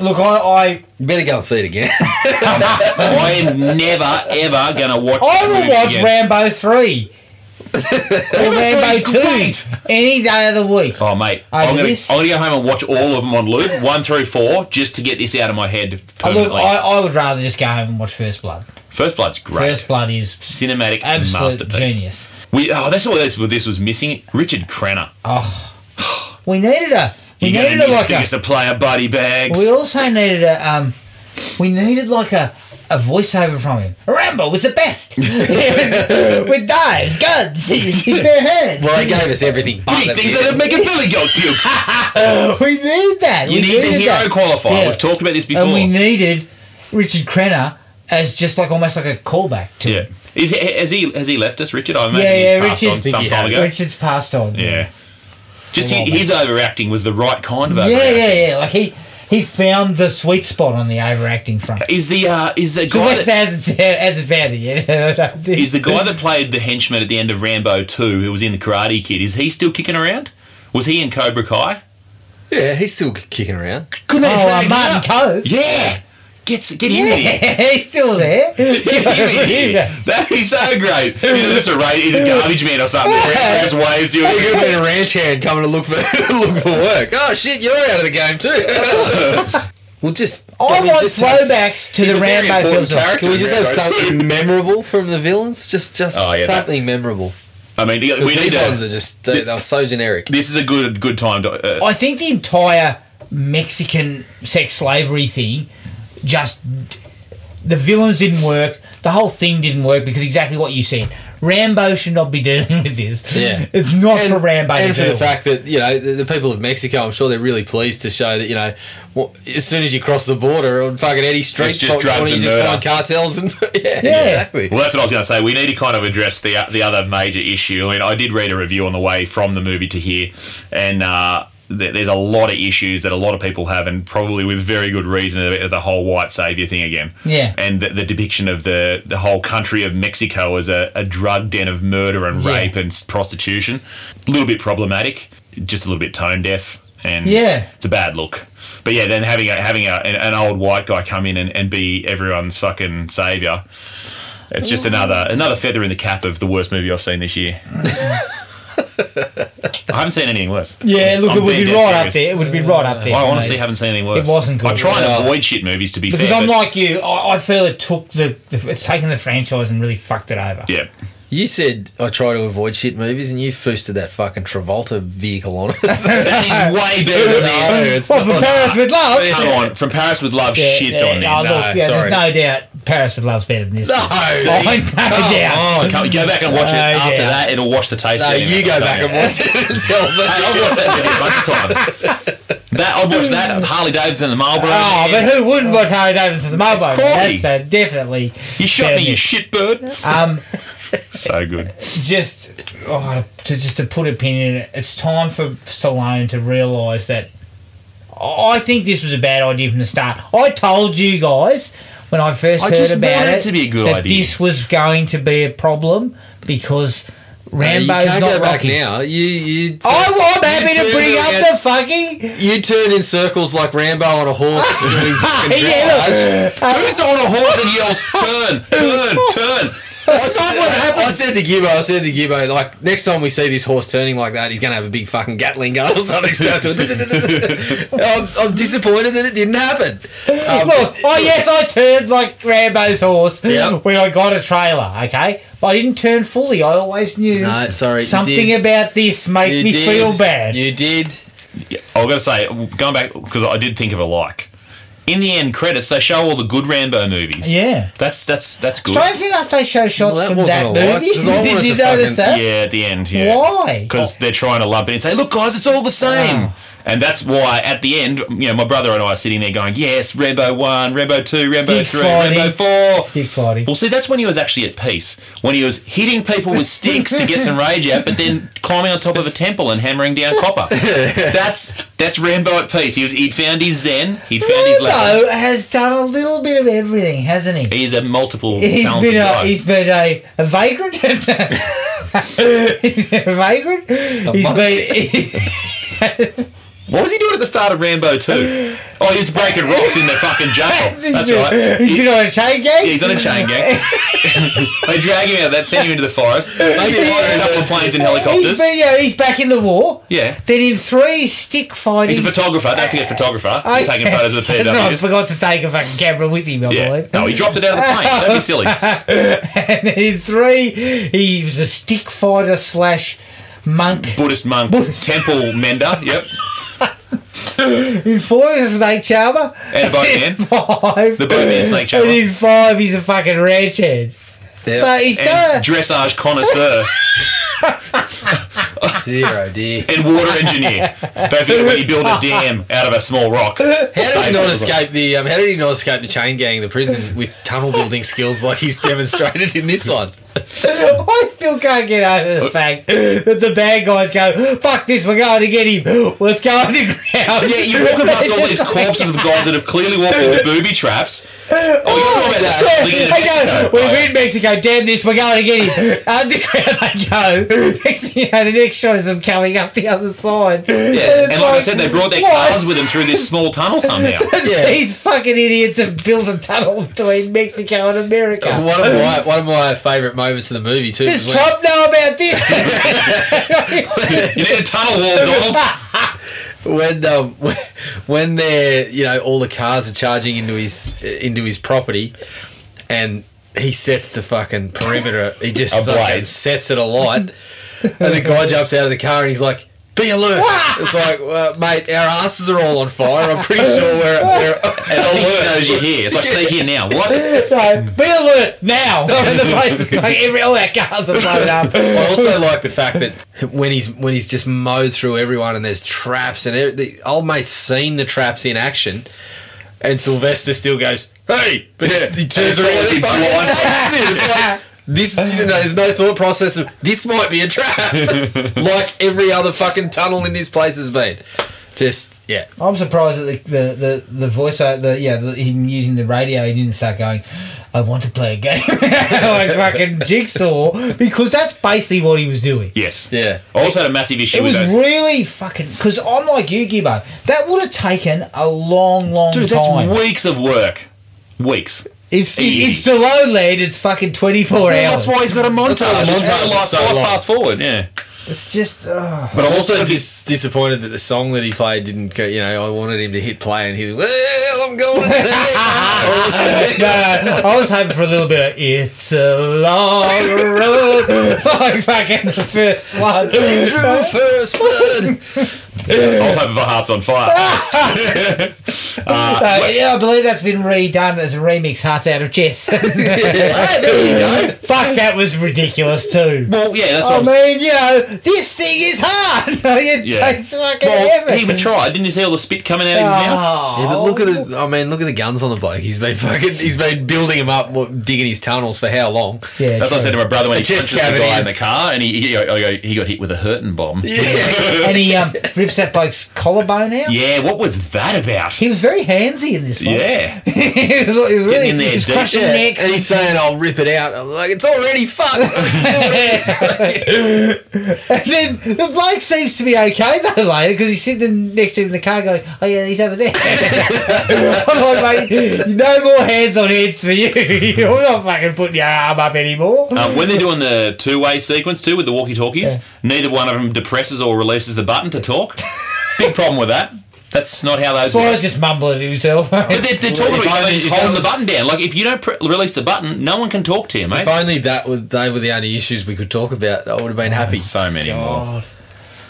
S2: Look, I,
S3: You better go and see it again.
S4: I am never ever going to watch.
S2: I, I
S4: that
S2: will
S4: movie
S2: watch
S4: again.
S2: Rambo 3 or Rambo 2
S4: great.
S2: any day of the week.
S4: Oh mate,
S2: I
S4: I'm gonna, I'm
S2: miss-
S4: gonna go home and watch all of them on loop, one through four, just to get this out of my head
S2: Uh, Look,
S4: permanently.
S2: I, I would rather just go home and watch First Blood.
S4: First Blood's great,
S2: First Blood is
S4: cinematic
S2: absolute
S4: masterpiece.
S2: genius.
S4: We oh, that's all this this was missing. Richard Crenna.
S2: We needed a, we
S4: You're
S2: needed
S4: gonna
S2: a
S4: need
S2: like
S4: the
S2: a,
S4: biggest supplier body bags.
S2: We also needed a um, we needed like a, a voiceover from him. Rambo was the best with, with knives, guns, bare hands.
S3: well, they gave us everything. But
S4: Big
S3: the
S4: things
S3: bit.
S4: that'd make a billy goat puke.
S2: We need that.
S4: you
S2: we
S4: need the
S2: needed
S4: hero
S2: that.
S4: qualifier.
S2: Yeah.
S4: We've talked about this before.
S2: and we needed Richard Crenna as just like almost like a callback to
S4: yeah, is he, has he has he left us, Richard? I imagine
S2: Yeah, yeah,
S4: he passed
S2: Richard.
S4: on some
S3: he
S4: time
S3: has.
S4: ago.
S2: Richard's passed on.
S4: Yeah, just hi- his overacting was the right kind of
S2: yeah,
S4: overacting.
S2: yeah, yeah. Like he he found the sweet spot on the overacting front.
S4: Is the uh, is the guy that
S2: Sylvester hasn't, hasn't found it yet. I don't think.
S4: Is the guy that played the henchman at the end of Rambo 2, who was in the Karate Kid, is he still kicking around? Was he in Cobra Kai?
S3: Yeah, he's still kicking around.
S4: Couldn't
S2: oh, uh, Martin Cove.
S4: Yeah! Get, get him in here.
S2: Yeah, he's still there.
S4: Get him in here. That is so great. He's just a, ra- he's a garbage man or something. He just waves you.
S3: He could have been a ranch hand coming to look for look for work. Oh shit, you're out of the game too. well, just
S2: I
S3: can we
S2: want
S3: just have-
S2: throwbacks to
S3: he's
S2: the
S3: a very
S2: Rambo
S3: important
S2: films.
S3: character Can we just have
S4: in Rambo too.
S3: something memorable from the villains? Just just
S4: Oh, yeah, that-
S3: something memorable.
S4: I mean, we need
S3: these ones are
S4: to.
S3: just they, they're so generic.
S4: This is a good good time to. Uh,
S2: I think the entire Mexican sex slavery thing just the villains didn't work. the whole thing didn't work because exactly what you said. Rambo should not be dealing with this.
S3: Yeah.
S2: It's not for Rambo to
S3: and for
S2: deal
S3: the fact that you know the, the people of Mexico, I'm sure they're really pleased to show that you know wha- as soon as you cross the border on fucking any street,
S4: It's just
S3: fucking
S4: drugs
S3: corner, you
S4: and
S3: just
S4: murder.
S3: find cartels and yeah,
S2: Yeah.
S3: exactly.
S4: Well, that's what I was going to say. We need to kind of address the the other major issue. I mean, I did read a review on the way from the movie to here, and uh, th- there's a lot of issues that a lot of people have, and probably with very good reason, of it- of the whole white savior thing again.
S2: Yeah.
S4: And the, the depiction of the, the whole country of Mexico as a, a drug den of murder and
S2: Yeah.
S4: rape and s- prostitution. A little bit problematic, just a little bit tone deaf, and
S2: Yeah.
S4: it's a bad look. But yeah, then having a, having a, an, an old white guy come in and, and be everyone's fucking savior. It's just another another feather in the cap of the worst movie I've seen this year. I haven't seen anything worse.
S2: Yeah, look,
S4: I'm
S2: it would
S4: being
S2: be
S4: dead
S2: right up
S4: serious.
S2: there. It would be right up there.
S4: I
S2: mate.
S4: honestly haven't seen anything worse.
S2: It wasn't good.
S4: I try and
S2: Well,
S4: avoid shit movies to be
S2: Because
S4: fair.
S2: I'm
S4: but-
S2: like you, I, I feel it took the, the it's taken the franchise and really fucked it over.
S4: yeah.
S3: You said I try to avoid shit movies, and you foosted that fucking Travolta vehicle on us. no,
S4: That is way better than this.
S3: it's
S2: Well, from
S3: not.
S2: Paris with Love.
S4: Come on, from Paris with love
S2: Yeah,
S4: shits
S2: yeah,
S4: on this.
S2: no, look,
S3: No,
S2: yeah, there's
S3: sorry.
S2: no doubt Paris with Love's better than this.
S3: No,
S4: See?
S2: I know doubt.
S4: Oh, come- go back and watch it.
S2: No
S4: After
S2: doubt.
S4: that, it'll wash the taste.
S3: no,
S4: out of
S3: you
S4: it.
S3: go
S4: Come
S3: back
S4: here.
S3: and watch it and tell me.
S4: Hey, I've watched that video a bunch of times. That I'd watch that Harley Davidson and the Marlboro.
S2: Oh, but who wouldn't watch Harley Davidson the Mobile?
S4: quality.
S2: That's uh, definitely.
S4: you shot
S2: better
S4: me,
S2: than-
S4: you shitbird.
S2: Um,
S4: So good.
S2: just oh, to just to put opinion, in it, it's time for Stallone to realise that. I I think this was a bad idea from the start. I told you guys when I first
S4: I
S2: heard
S4: just
S2: about
S4: wanted
S2: it,
S4: it to be a good
S2: that
S4: idea.
S2: this was going to be a problem because Rambo's
S3: you
S2: not
S3: can't go back
S2: Rocky.
S3: now. You, you
S2: I, I'm happy
S3: You
S2: to bring
S3: two
S2: up
S3: get-
S2: the fucking.
S3: You turn in circles like Rambo on a horse. doing fucking
S2: Yeah,
S3: dressage.
S4: Who's on a horse and yells, turn, turn, turn?
S3: I said, I said to Gibbo, I said to Gibbo, like, next time we see this horse turning like that, he's going to have a big fucking Gatling gun or something. It's gonna have to- I'm, I'm disappointed that it didn't happen. Um,
S2: Look, oh yes, I turned like Rambo's horse
S3: Yep.
S2: when I got a trailer. Okay, but I didn't turn fully. I always knew.
S3: No, sorry, you
S2: Something
S3: did.
S2: about this makes
S3: you
S2: me
S3: did.
S2: feel bad.
S3: You did.
S4: Yeah, I've got to say, going back, because I did think of a like. In the end credits, they show all the good Rambo movies.
S2: Yeah.
S4: That's that's that's good.
S2: Strangely enough, they show shots
S3: Well, that
S2: from that
S3: wasn't a lot,
S2: movie.
S3: 'cause I
S2: Did
S3: wanted
S2: you
S3: to
S2: notice
S3: fucking-
S2: that?
S4: Yeah, at the end. Yeah.
S2: Why? Oh,
S4: Because they're trying to lump it and say, "Look, guys, it's all the same." And that's why at the end, you know, my brother and I are sitting there going, "Yes, Rambo one, Rambo two, Rambo
S2: Stick
S4: three,
S2: fighting.
S4: Rambo four.
S2: Stick fighting.
S4: Well, see, that's when he was actually at peace. When he was hitting people with sticks to get some rage out, but then climbing on top of a temple and hammering down copper. That's that's Rambo at peace. He was he'd found his zen. He'd found his level.
S2: Rambo has done a little bit of everything, hasn't he?
S4: He's a multiple
S2: He's
S4: talented
S2: been a
S4: guy.
S2: he's been a, a vagrant, a vagrant. he's
S3: monk.
S2: been he-
S4: What was he doing at the start of Rambo two? Oh, he was breaking rocks in the fucking jail. That's right.
S2: He's been on a chain gang.
S4: Yeah, he's on a chain gang. they drag him out. That send him into the forest. Maybe a couple of planes
S2: He's
S4: and helicopters.
S2: been, yeah, he's back in the war.
S4: Yeah.
S2: Then in three stick fighting.
S4: He's a photographer. Don't forget photographer.
S2: I-
S4: He's taking photos of the
S2: That's right, I
S4: PWs.
S2: forgot to take a fucking camera with him. I
S4: Yeah.
S2: believe.
S4: No, he dropped it out of the plane. That'd be silly.
S2: And then in three, he was a stick fighter slash monk.
S4: Buddhist monk, temple mender. Yep.
S2: In four, he's a snake charmer.
S4: And a boatman.
S2: In five,
S4: The boatman snake charmer.
S2: and in five, he's a fucking ranch hand. So he's done.
S4: And dressage connoisseur.
S3: Zero, dear.
S4: and water engineer. Don't forget when you build a dam out of a small rock.
S3: How did he
S4: Save
S3: not
S4: everybody.
S3: escape the? Um, how did he not escape the chain gang, the prison, with tunnel building skills like he's demonstrated in this one?
S2: I still can't get over
S4: Uh,
S2: the fact that the bad guys go, "Fuck this, we're going to get him. Let's go underground."
S4: Yeah, you're walking past all these corpses of guys that have clearly walked into booby traps. Oh, you're talking about that. Looking at
S2: I go,
S4: Mexico.
S2: we're in Mexico, damn this, we're going to get him. Underground I go. Next thing you know, the next shot is them coming up the other side. Yeah,
S4: And like, I said, they brought their cars with them through this small tunnel somehow.
S3: Yeah.
S2: These fucking idiots have built a tunnel between Mexico and America.
S3: One of my one of my favourite moments in the movie too.
S2: Does
S3: is when-
S2: Trump know about this?
S4: You need a tunnel wall, Donald.
S3: when um, when they're you know all the cars are charging into his into his property, and he sets the fucking perimeter. He just fucking
S4: Ablaze.
S3: sets it alight, and the guy jumps out of the car and he's like. Be alert! it's like, well, mate, our asses are all on fire. I'm pretty sure we're, we're
S4: I think he knows you're here. It's like sneak in now. What?
S2: No, be alert now. And the place, like, every, all our cars are blown up.
S3: I also like the fact that when he's when he's just mowed through everyone and there's traps and every, the old mate's seen the traps in action, and Sylvester still goes, "Hey!" But he- he turns around and fucking takes it. It's like, This you know, there's no thought process of this might be a trap, like every other fucking tunnel in this place has been. Just yeah,
S2: I'm surprised that the the the, the voice uh, the yeah the, him using the radio he didn't start going. I want to play a game like fucking Jigsaw because that's basically what he was doing.
S4: Yes.
S3: Yeah.
S4: I also had a massive issue
S2: It was
S4: with those.
S2: really fucking because I'm like you, Gibbo. That would have taken a long, long
S4: Dude, that's
S2: time.
S4: weeks of work. Weeks.
S2: it's
S4: easy.
S2: it's Stallone lead. It's fucking 24 hours.
S4: That's why he's got a montage.
S3: why the
S4: It's
S3: montage
S4: like
S3: is so
S4: fast-
S3: long.
S4: fast forward. Yeah.
S2: It's just uh,
S3: But I'm also dis- disappointed that the song that he played didn't go. You know, I wanted him to hit play, and he was, "Well, I'm going."
S2: no, no, uh, I was hoping for a little bit of it's a long road like fucking the first one.
S3: Through first blood.
S4: I was hoping for Hearts on Fire.
S3: Ah!
S2: Uh, yeah, I believe that's been redone as a remix, Hearts Out of Chess. Fuck, that was ridiculous too.
S4: Well, yeah,
S3: Oh,
S4: that's what
S2: I
S4: I'm saying.
S2: mean, you know, this thing is hard. it
S4: Yeah.
S2: takes fucking
S4: Well,
S2: heaven. Oh.
S4: he even tried. Didn't you see all the spit coming out of his
S3: Ah.
S4: mouth?
S3: Yeah, but look at the. I mean, look at the guns on the bloke. He's been fucking. He's been building him up, what, digging his tunnels for how long?
S2: Yeah,
S4: That's what I said to my brother when he
S3: The chest
S4: punched the guy in the
S3: cavities.
S4: car, and he he, I go, he got hit with a hurting bomb. Yeah.
S2: and he um, rips that bloke's collarbone out.
S4: what was that about?
S2: He was very handsy in this one.
S4: Yeah,
S2: he was, he was really
S4: in there
S2: he was
S4: deep.
S2: crushing
S4: Yeah,
S2: necks.
S3: And he's saying, "I'll rip it out." I'm like, "It's already fucked."
S2: And then the bloke seems to be okay though later because he's sitting next to him in the car going, "Oh yeah, he's over there." I'm like, mate, no more hands on heads for you. You're not fucking putting your arm up anymore.
S4: um, when they're doing the two-way sequence too with the walkie-talkies, neither one of them depresses or releases the button to talk. Big problem with that. That's not how those
S2: So I
S4: work.
S2: was just mumbling to himself.
S3: Oh,
S4: But they're, they're talking
S3: if
S4: about
S3: only-
S4: just
S3: if
S4: holding
S3: that
S4: the
S3: was-
S4: button down. Like if you don't pre- release the button, no one can talk to you, mate.
S3: if only that was they were the only issues we could talk about. I would have been happy.
S4: so many
S3: Oh.
S4: more.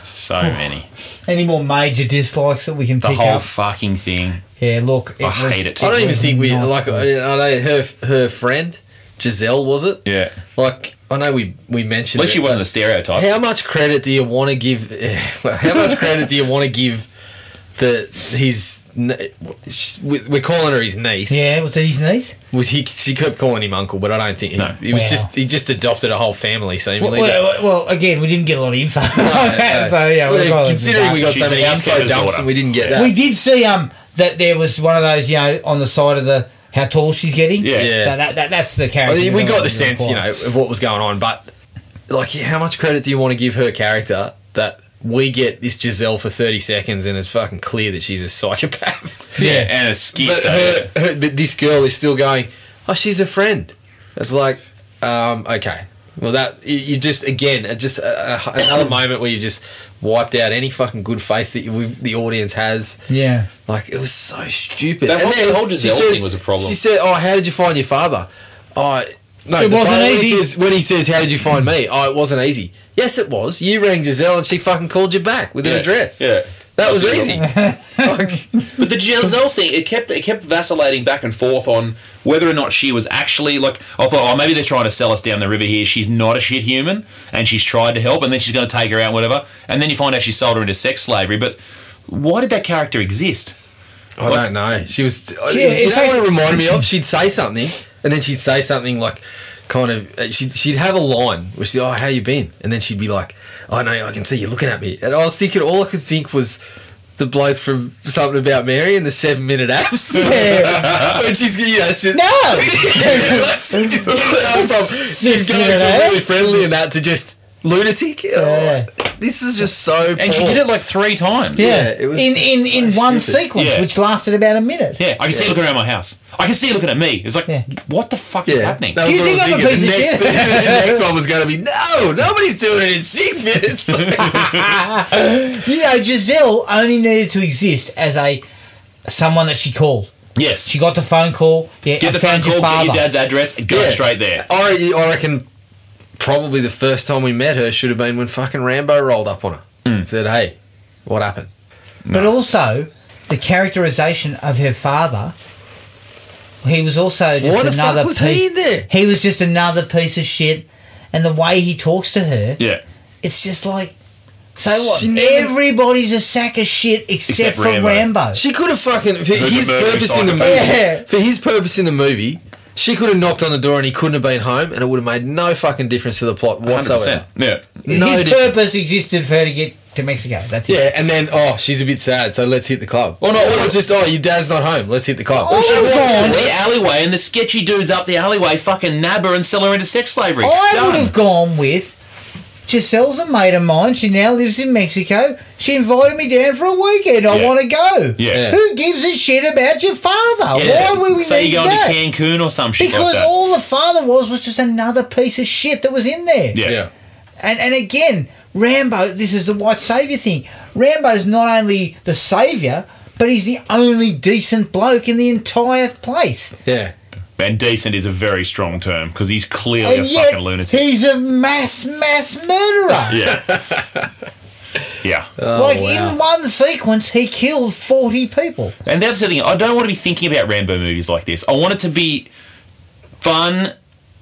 S4: So many.
S2: Any more major dislikes that we can
S4: The
S2: pick
S4: whole
S2: up?
S4: fucking thing.
S2: yeah, look, it
S4: I
S2: was,
S4: hate it.
S3: I don't even
S2: was
S3: think we
S2: not
S3: like. uh, I
S2: good.
S3: know her her friend, Giselle, was it?
S4: Yeah.
S3: Like I know we we
S4: At
S3: mentioned.
S4: least she
S3: it,
S4: wasn't a stereotype.
S3: How much credit do you want to give? How much credit do you want to give the his? n- we- We're calling her his niece.
S2: Yeah, was it his niece?
S3: Was he? She kept calling him uncle, but I don't think he,
S4: No.
S3: he was
S2: Wow.
S3: just he just adopted a whole family
S2: Well,
S3: seemingly.
S2: well, well, again, we didn't get a lot of info. on that, so yeah,
S3: Well,
S2: we're kind of-
S3: considering we got
S4: She's
S3: so many
S4: the
S3: info
S4: housekeeper's
S3: dumps
S4: daughter.
S3: and we didn't get
S2: We
S3: that.
S2: did see um that there was one of those, you know, on the side of the how tall she's getting.
S4: Yeah.
S3: Yeah.
S2: So that, that, that's the
S3: I
S2: character.
S3: mean, we got the
S2: development
S3: sense, you know,
S2: required.
S3: of what was going on, but like, how much credit do you want to give her character that we get this Giselle for thirty seconds and it's fucking clear that she's a psychopath?
S4: Yeah, and a
S3: but,
S4: schizo.
S3: her, her, but this girl is still going. Oh, she's a friend. It's like, um, okay. Well, that you, you just again, it just uh, uh, another moment where you just wiped out any fucking good faith that you, we've- the audience has.
S2: Yeah.
S3: Like it was so stupid.
S4: That whole-
S3: then
S4: the whole
S3: she
S4: Giselle thing was a problem.
S3: She said, "Oh, how did you find your father?" Oh, no,
S2: It wasn't
S3: the father- when
S2: easy.
S3: He says, when he says, "How did you find me?" Oh, it wasn't easy. Yes, it was. You rang Giselle, and she fucking called you back with an
S4: Yeah,
S3: address.
S4: yeah.
S3: that was
S4: That's
S3: easy. Like-
S4: But the Giselle thing, it kept it kept vacillating back and forth on whether or not she was actually like. I thought, oh, maybe they're trying to sell us down the river here. She's not a shit human, and she's tried to help, and then she's going to take her out, and whatever. And then you find out she sold her into sex slavery. But why did that character exist?
S3: I
S4: Like-
S3: don't know. She was. uh, Yeah,
S2: Yeah, in
S3: you know
S2: fact-
S3: what it reminded me of? She'd say something, and then she'd say something like, kind of. uh, She'd, she'd have a line where she'd, "Oh, how you been?" And then she'd be like, "Oh, "I know, I can see you looking at me." And I was thinking, all I could think was the bloke from something about Mary and the seven minute abs.
S2: Yeah.
S3: and she's, you know, she's,
S2: No.
S3: she just going from she's going
S2: minute
S3: from
S2: abs.
S3: really friendly and that to just lunatic. Oh,
S2: Yeah.
S3: This is just so.
S4: And she did it like three times.
S2: Oh. Yeah.
S3: it was
S2: in in in one sequence,
S4: Yeah.
S2: which lasted about a minute.
S4: Yeah, I can see her looking around my house. I can see her looking at me. It's like,
S2: Yeah.
S4: what the fuck is happening?
S3: That was
S2: You
S3: what I
S2: think I'm
S3: was
S2: a
S3: thinking. The
S2: piece of
S3: next, the next one was going to be no, nobody's doing it in six minutes.
S2: You know, Giselle only needed to exist as a someone that she called.
S4: yes.
S2: She got the phone call. Yeah,
S4: Get
S2: I
S4: the phone
S2: found
S4: call,
S2: your
S4: get
S2: father.
S4: your dad's address, and go
S3: Yeah.
S4: straight there.
S3: I, I reckon probably the first time we met her should have been when fucking Rambo rolled up on her. Said, hey, what happened?
S2: But also, the characterization of her father. He was also just
S3: Why the fuck
S2: another
S3: was
S2: piece.
S3: he in there?
S2: He was just another piece of shit, and the way he talks to her,
S4: Yeah.
S2: it's just like. So what?
S3: She never-
S2: Everybody's a sack of shit except,
S4: Except
S2: for
S4: Rambo.
S2: Rambo.
S3: She could have fucking for
S4: Who's
S3: his
S4: a murdering
S3: purpose in the movie.
S4: psychopath.
S2: Yeah.
S3: For his purpose in the movie, she could have knocked on the door and he couldn't have been home, and it would have made no fucking difference to the plot
S4: 100%.
S3: whatsoever.
S4: Yeah.
S3: No
S2: His
S3: difference.
S2: purpose existed for her to get to Mexico. That's it.
S3: Yeah, and then oh, she's a bit sad, so let's hit the club. Or no, or just oh, your dad's not home, let's hit the club. Or she walks to
S4: Gone the
S3: work.
S4: alleyway, and the sketchy dudes up the alleyway fucking nab her and sell her into sex slavery.
S2: I
S4: Done.
S2: would have gone with Giselle's a mate of mine. She now lives in Mexico. She invited me down for a weekend. I
S4: Yeah.
S2: want to go.
S4: Yeah.
S2: Who gives a shit about your father?
S4: Yeah.
S2: Why would we
S4: Say
S2: need
S4: you're going
S2: that?
S4: to Cancun or some shit
S2: because
S4: like that.
S2: all the father was was just another piece of shit that was in there.
S4: yeah.
S3: Yeah.
S2: And and again, Rambo. This is the white savior thing. Rambo's not only the savior, but he's the only decent bloke in the entire place.
S3: Yeah.
S4: And decent is a very strong term because he's clearly
S2: and
S4: a
S2: yet
S4: fucking lunatic.
S2: he's a mass mass murderer.
S4: yeah. yeah.
S2: like in one sequence, he killed forty people.
S4: And that's the thing. I don't want to be thinking about Rambo movies like this. I want it to be fun,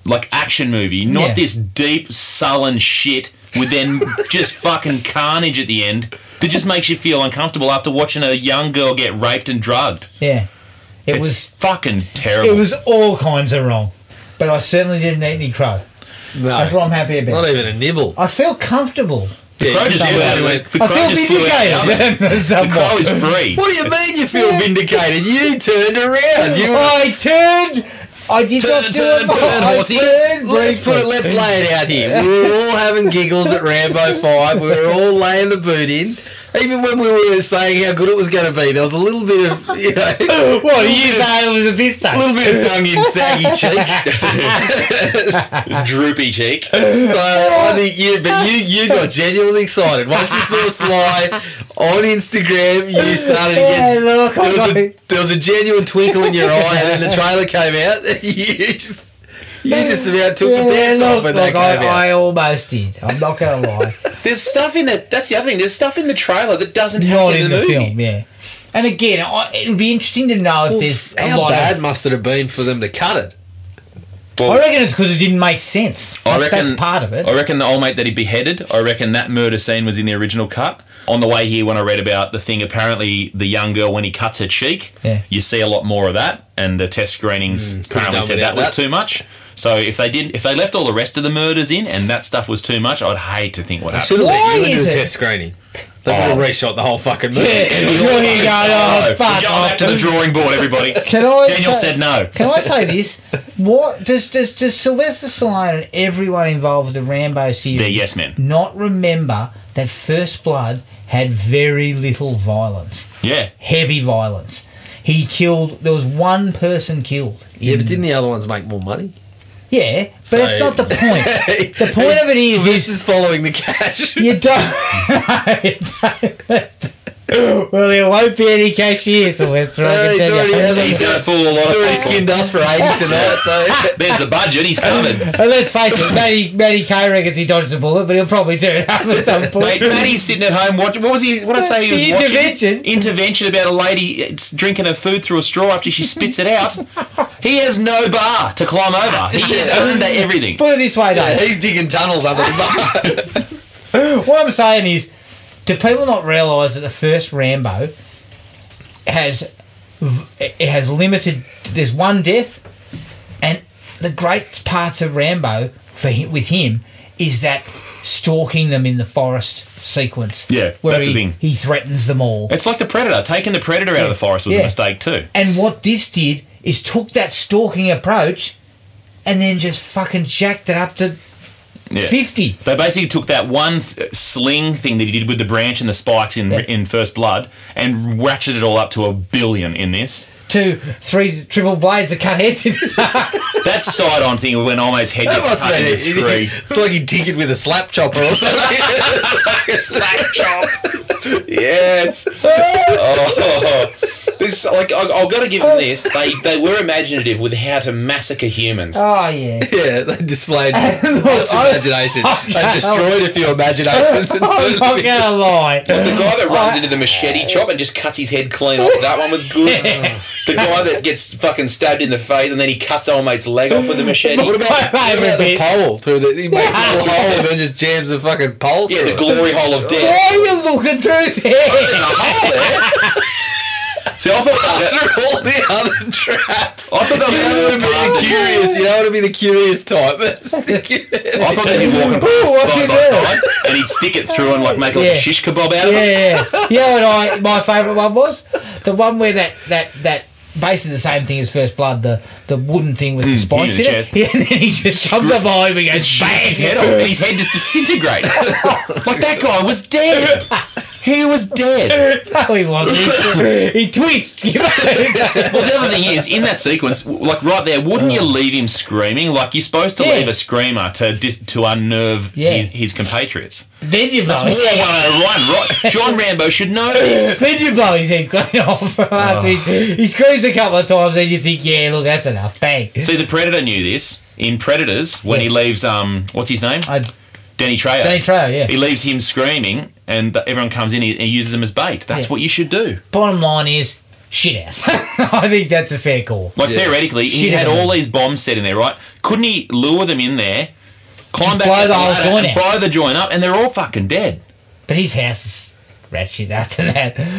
S4: like action movie, not
S2: Yeah.
S4: this deep, sullen shit with then just fucking carnage at the end that just makes you feel uncomfortable after watching a young girl get raped and drugged.
S2: Yeah, it
S4: it's
S2: was
S4: fucking terrible.
S2: it was all kinds of wrong. But I certainly didn't eat any crow.
S3: No.
S2: That's what I'm happy
S3: Not
S2: about.
S3: even a nibble.
S2: I feel comfortable.
S3: Yeah,
S4: Crow
S3: you
S4: just
S3: just
S4: flew out
S3: went-
S4: of the- the
S2: I
S4: crow
S2: feel
S4: just flew out of the oven.
S2: vindicated.
S4: The crow is free.
S3: What do you mean you feel vindicated? You turned around. You were
S2: I turned. I did
S3: Turn,
S2: not do
S3: turn,
S2: it. but
S3: turn,
S2: I
S3: horsey.
S2: turned
S3: Let's put it.
S2: briefly.
S3: Let's lay it out here. We were all having giggles at Rambo Five. We were all laying the boot in. Even when we were saying how good it was going to be, there was a little bit of you know,
S2: What you say? It was a piss
S3: a little bit of tongue in saggy cheek,
S4: Droopy cheek.
S3: so I think you. But you, you got genuinely excited once you saw Sly on Instagram. You started to
S2: Yeah,
S3: get.
S2: look, I
S3: there, was
S2: got
S3: a,
S2: it.
S3: there was a genuine twinkle in your eye, and then the trailer came out. You just. You just about took the
S2: Yeah,
S3: pants off
S2: look,
S3: when
S2: look
S3: that came out.
S2: I, I almost did. I'm not going to lie.
S4: There's stuff in that. That's the other thing. There's stuff in the trailer that doesn't
S2: not
S4: happen
S2: in the, film, yeah. And again, I, it would be interesting to know if there's a
S3: How
S2: lot
S3: bad
S2: of.
S3: must it have been for them to cut it?
S2: I reckon it's because it didn't make sense. That's,
S4: I reckon
S2: that's part of it.
S4: I reckon the old mate that he beheaded. I reckon that murder scene was in the original cut. On the way here, when I read about the thing, apparently the young girl when he cuts her cheek,
S2: Yeah.
S4: you see a lot more of that. And the test screenings apparently
S3: done
S4: said that
S3: without
S4: was
S3: that.
S4: too much. So if they didn't, if they left all the rest of the murders in and that stuff was too much, I'd hate to think what happened.
S3: Should have
S2: Why
S3: let you into
S2: is
S3: the
S2: it- Oh.
S3: test screening. They would have reshot the whole fucking movie.
S2: Yeah.
S4: And we all
S2: Well, you
S4: fucking
S2: go,
S4: said
S2: "Oh,
S4: no."
S2: fuck
S4: We're going back to the
S2: off.
S4: drawing board, everybody.
S2: Can I
S4: Daniel
S2: say-
S4: said no.
S2: Can I say this? What does does does Sylvester Stallone and everyone involved with the Rambo series
S4: They're yes men.
S2: not remember that First Blood had very little violence,
S4: Yeah.
S2: heavy violence. He killed. There was one person killed.
S3: Yeah, but
S2: in-
S3: didn't the other ones make more money?
S2: yeah, but
S3: So-
S2: that's not the point. the point of it is,
S3: this
S2: is
S3: is following the cash.
S2: you don't. well, there won't be any cashier, Sylvester. I
S3: Uh,
S2: can
S3: he's
S2: tell you.
S3: already-
S4: He's going to fool a lot
S3: They
S4: of
S3: already
S4: people.
S3: skinned us for 80 tonight, so.
S4: There's the budget. He's covered.
S2: And let's face it, Matty, Matty Kay reckons he dodged a bullet, but he'll probably do it up at some
S4: Mate,
S2: point.
S4: Matty's sitting at home watching. What was he? What did I say? He was
S2: The
S4: watching?
S2: intervention.
S4: Intervention about a lady uh, drinking her food through a straw after she spits it out. he has no bar to climb over. He has earned everything.
S2: Put it this way, though.
S3: He's digging tunnels under the bar.
S2: What I'm saying is, do people not realise that the first Rambo has v- it has limited? There's one death, and the great parts of Rambo for him, with him is that stalking them in the forest sequence.
S4: Yeah,
S2: where
S4: that's
S2: he,
S4: the thing.
S2: He threatens them all.
S4: It's like the predator. Taking the predator out of the forest was
S2: Yeah.
S4: a mistake too.
S2: And what this did is took that stalking approach, and then just fucking jacked it up to
S4: Yeah.
S2: fifty.
S4: They basically took that one th- sling thing that he did with the branch and the spikes in in First Blood and ratcheted it all up to a billion in this.
S2: to three triple blades that cut heads in.
S4: That side on thing when Ome's head
S3: That
S4: gets
S3: must have
S4: cut
S3: been
S4: into three.
S3: it. It's like he tinkered with a slap chopper or something. Like a slap chop.
S4: Yes. Oh.
S7: This, like I, I've got to give them this. They they were imaginative with how to massacre humans.
S2: Oh yeah.
S3: Yeah, they displayed lots of
S2: I- Oh,
S3: imagination.
S2: I
S3: They
S2: can't-
S3: destroyed a few imaginations and
S2: I'm
S3: turned them
S2: not
S3: into
S2: gonna lie.
S7: The guy that runs into the machete chop and just cuts his head clean off. That one was good. The guy that gets fucking stabbed in the face and then he cuts old mate's leg off with the machete.
S3: What about,
S2: My
S3: what about the
S2: favourite
S3: pole? Through the, he makes
S2: Yeah.
S3: the little hole and then just jams the fucking pole
S7: yeah,
S3: through
S7: the
S3: it.
S7: glory hole of
S2: Why
S7: death.
S2: are you looking through there?
S4: See, I thought that,
S3: Through all the other traps.
S4: I thought
S3: I
S4: that
S3: want to be the curious. You don't want to be the curious type. Stick it.
S4: I thought they'd be walking
S2: Ooh,
S4: past
S2: what's
S4: side
S2: it
S4: by
S2: there?
S4: side, and he'd stick it through and like make like
S2: Yeah.
S4: a shish kebab out of it.
S2: Yeah, yeah. You know what I my favourite one was? The one where that that that basically the same thing as First Blood, the the wooden thing with the
S4: Mm,
S2: spikes
S4: in
S2: in,
S4: the
S2: it.
S4: chest.
S2: Yeah, and then he just comes up behind me and goes
S4: Bang his
S2: bang.
S4: head off, and his head just disintegrates. like that guy was dead. He was dead.
S2: No, Oh, he wasn't. he twitched. You know?
S4: Well, the other thing is, in that sequence, like right there, wouldn't you leave him screaming? Like you're supposed to
S2: Yeah.
S4: leave a screamer to dis- to unnerve
S2: Yeah.
S4: his, his compatriots.
S2: then you blow his
S4: That's War 101, right? John Rambo should know this.
S2: Then you blow his head clean off. after he, he screams a couple of times and you think, yeah, look, that's enough. Bang.
S4: See, the Predator knew this in Predators when he
S2: Yes.
S4: leaves. Um, what's his name?
S2: I,
S4: Danny Trejo.
S2: Danny Trejo, yeah.
S4: He leaves him screaming, and th- everyone comes in. He, he uses him as bait. That's
S2: Yeah.
S4: what you should do.
S2: bottom line is, shit ass. I think that's a fair call.
S4: Like theoretically, he
S2: Shit
S4: had
S2: on
S4: all these bombs set in there, right? Couldn't he lure them in there, climb
S2: Just
S4: back
S2: blow
S4: up
S2: the whole
S4: ladder
S2: joint
S4: and
S2: out.
S4: blow the joint up, and they're all fucking dead.
S2: But his house is ratchet after that.
S3: He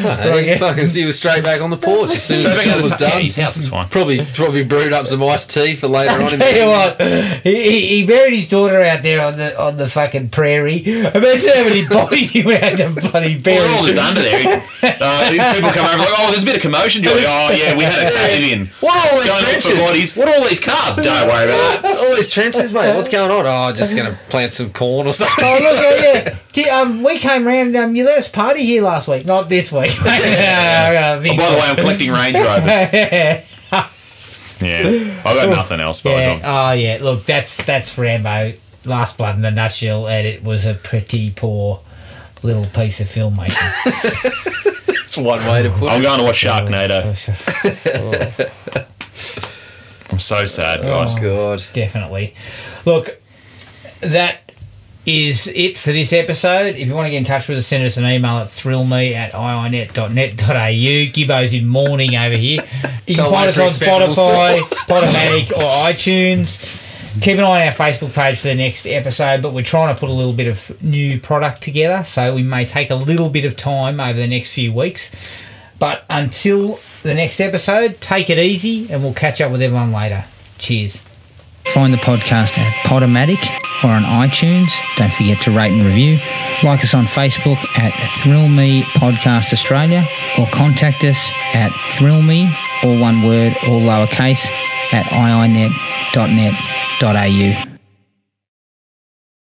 S2: Like,
S3: fucking he was straight back on the porch as soon as the job was
S4: Yeah,
S3: done.
S4: his house is fine.
S3: Probably probably brewed up some iced tea for later on. in the
S2: Tell you
S3: evening.
S2: what, he, he, he buried his daughter out there on the on the fucking prairie. Imagine how many bodies you had to bloody bury.
S4: We're all just under there. Uh, people come over like, oh, there's a bit of commotion, Joey. Oh, yeah, we had a cave in.
S3: What are all
S4: Going
S3: these
S4: look for
S3: trenches?
S4: bodies. What are all these cars? Don't worry about that.
S3: All these trenches, mate. What's going on? Oh, just gonna plant some corn or something.
S2: Oh look, oh, yeah. Gee, um, we came round um, your last party here last week, not this week.
S4: Oh, by the way, I'm collecting Range Rovers. Yeah, I've got nothing else by the
S2: yeah.
S4: time.
S2: Oh yeah. Look, that's that's Rambo. Last Blood in a nutshell, and it was a pretty poor little piece of filmmaking.
S3: That's one way to put
S4: I'm
S3: it.
S4: going to watch Sharknado. I'm so sad, guys.
S3: God.
S2: definitely. Look, that is it for this episode. If you want to get in touch with us, send us an email at thrillme at iinet.net.au. Gibbo's in mourning over here. You can
S3: Can't
S2: find us
S3: wait for
S2: on
S3: Expendables
S2: Spotify, Podomatic, or iTunes. Keep an eye on our Facebook page for the next episode, but we're trying to put a little bit of new product together, so we may take a little bit of time over the next few weeks. But until the next episode, take it easy and we'll catch up with everyone later. Cheers. Find the podcast at Podomatic or on iTunes. Don't forget to rate and review. Like us on Facebook at Thrill Me Podcast Australia or contact us at Thrill Me, all one word, all lowercase, at iinet.net.au.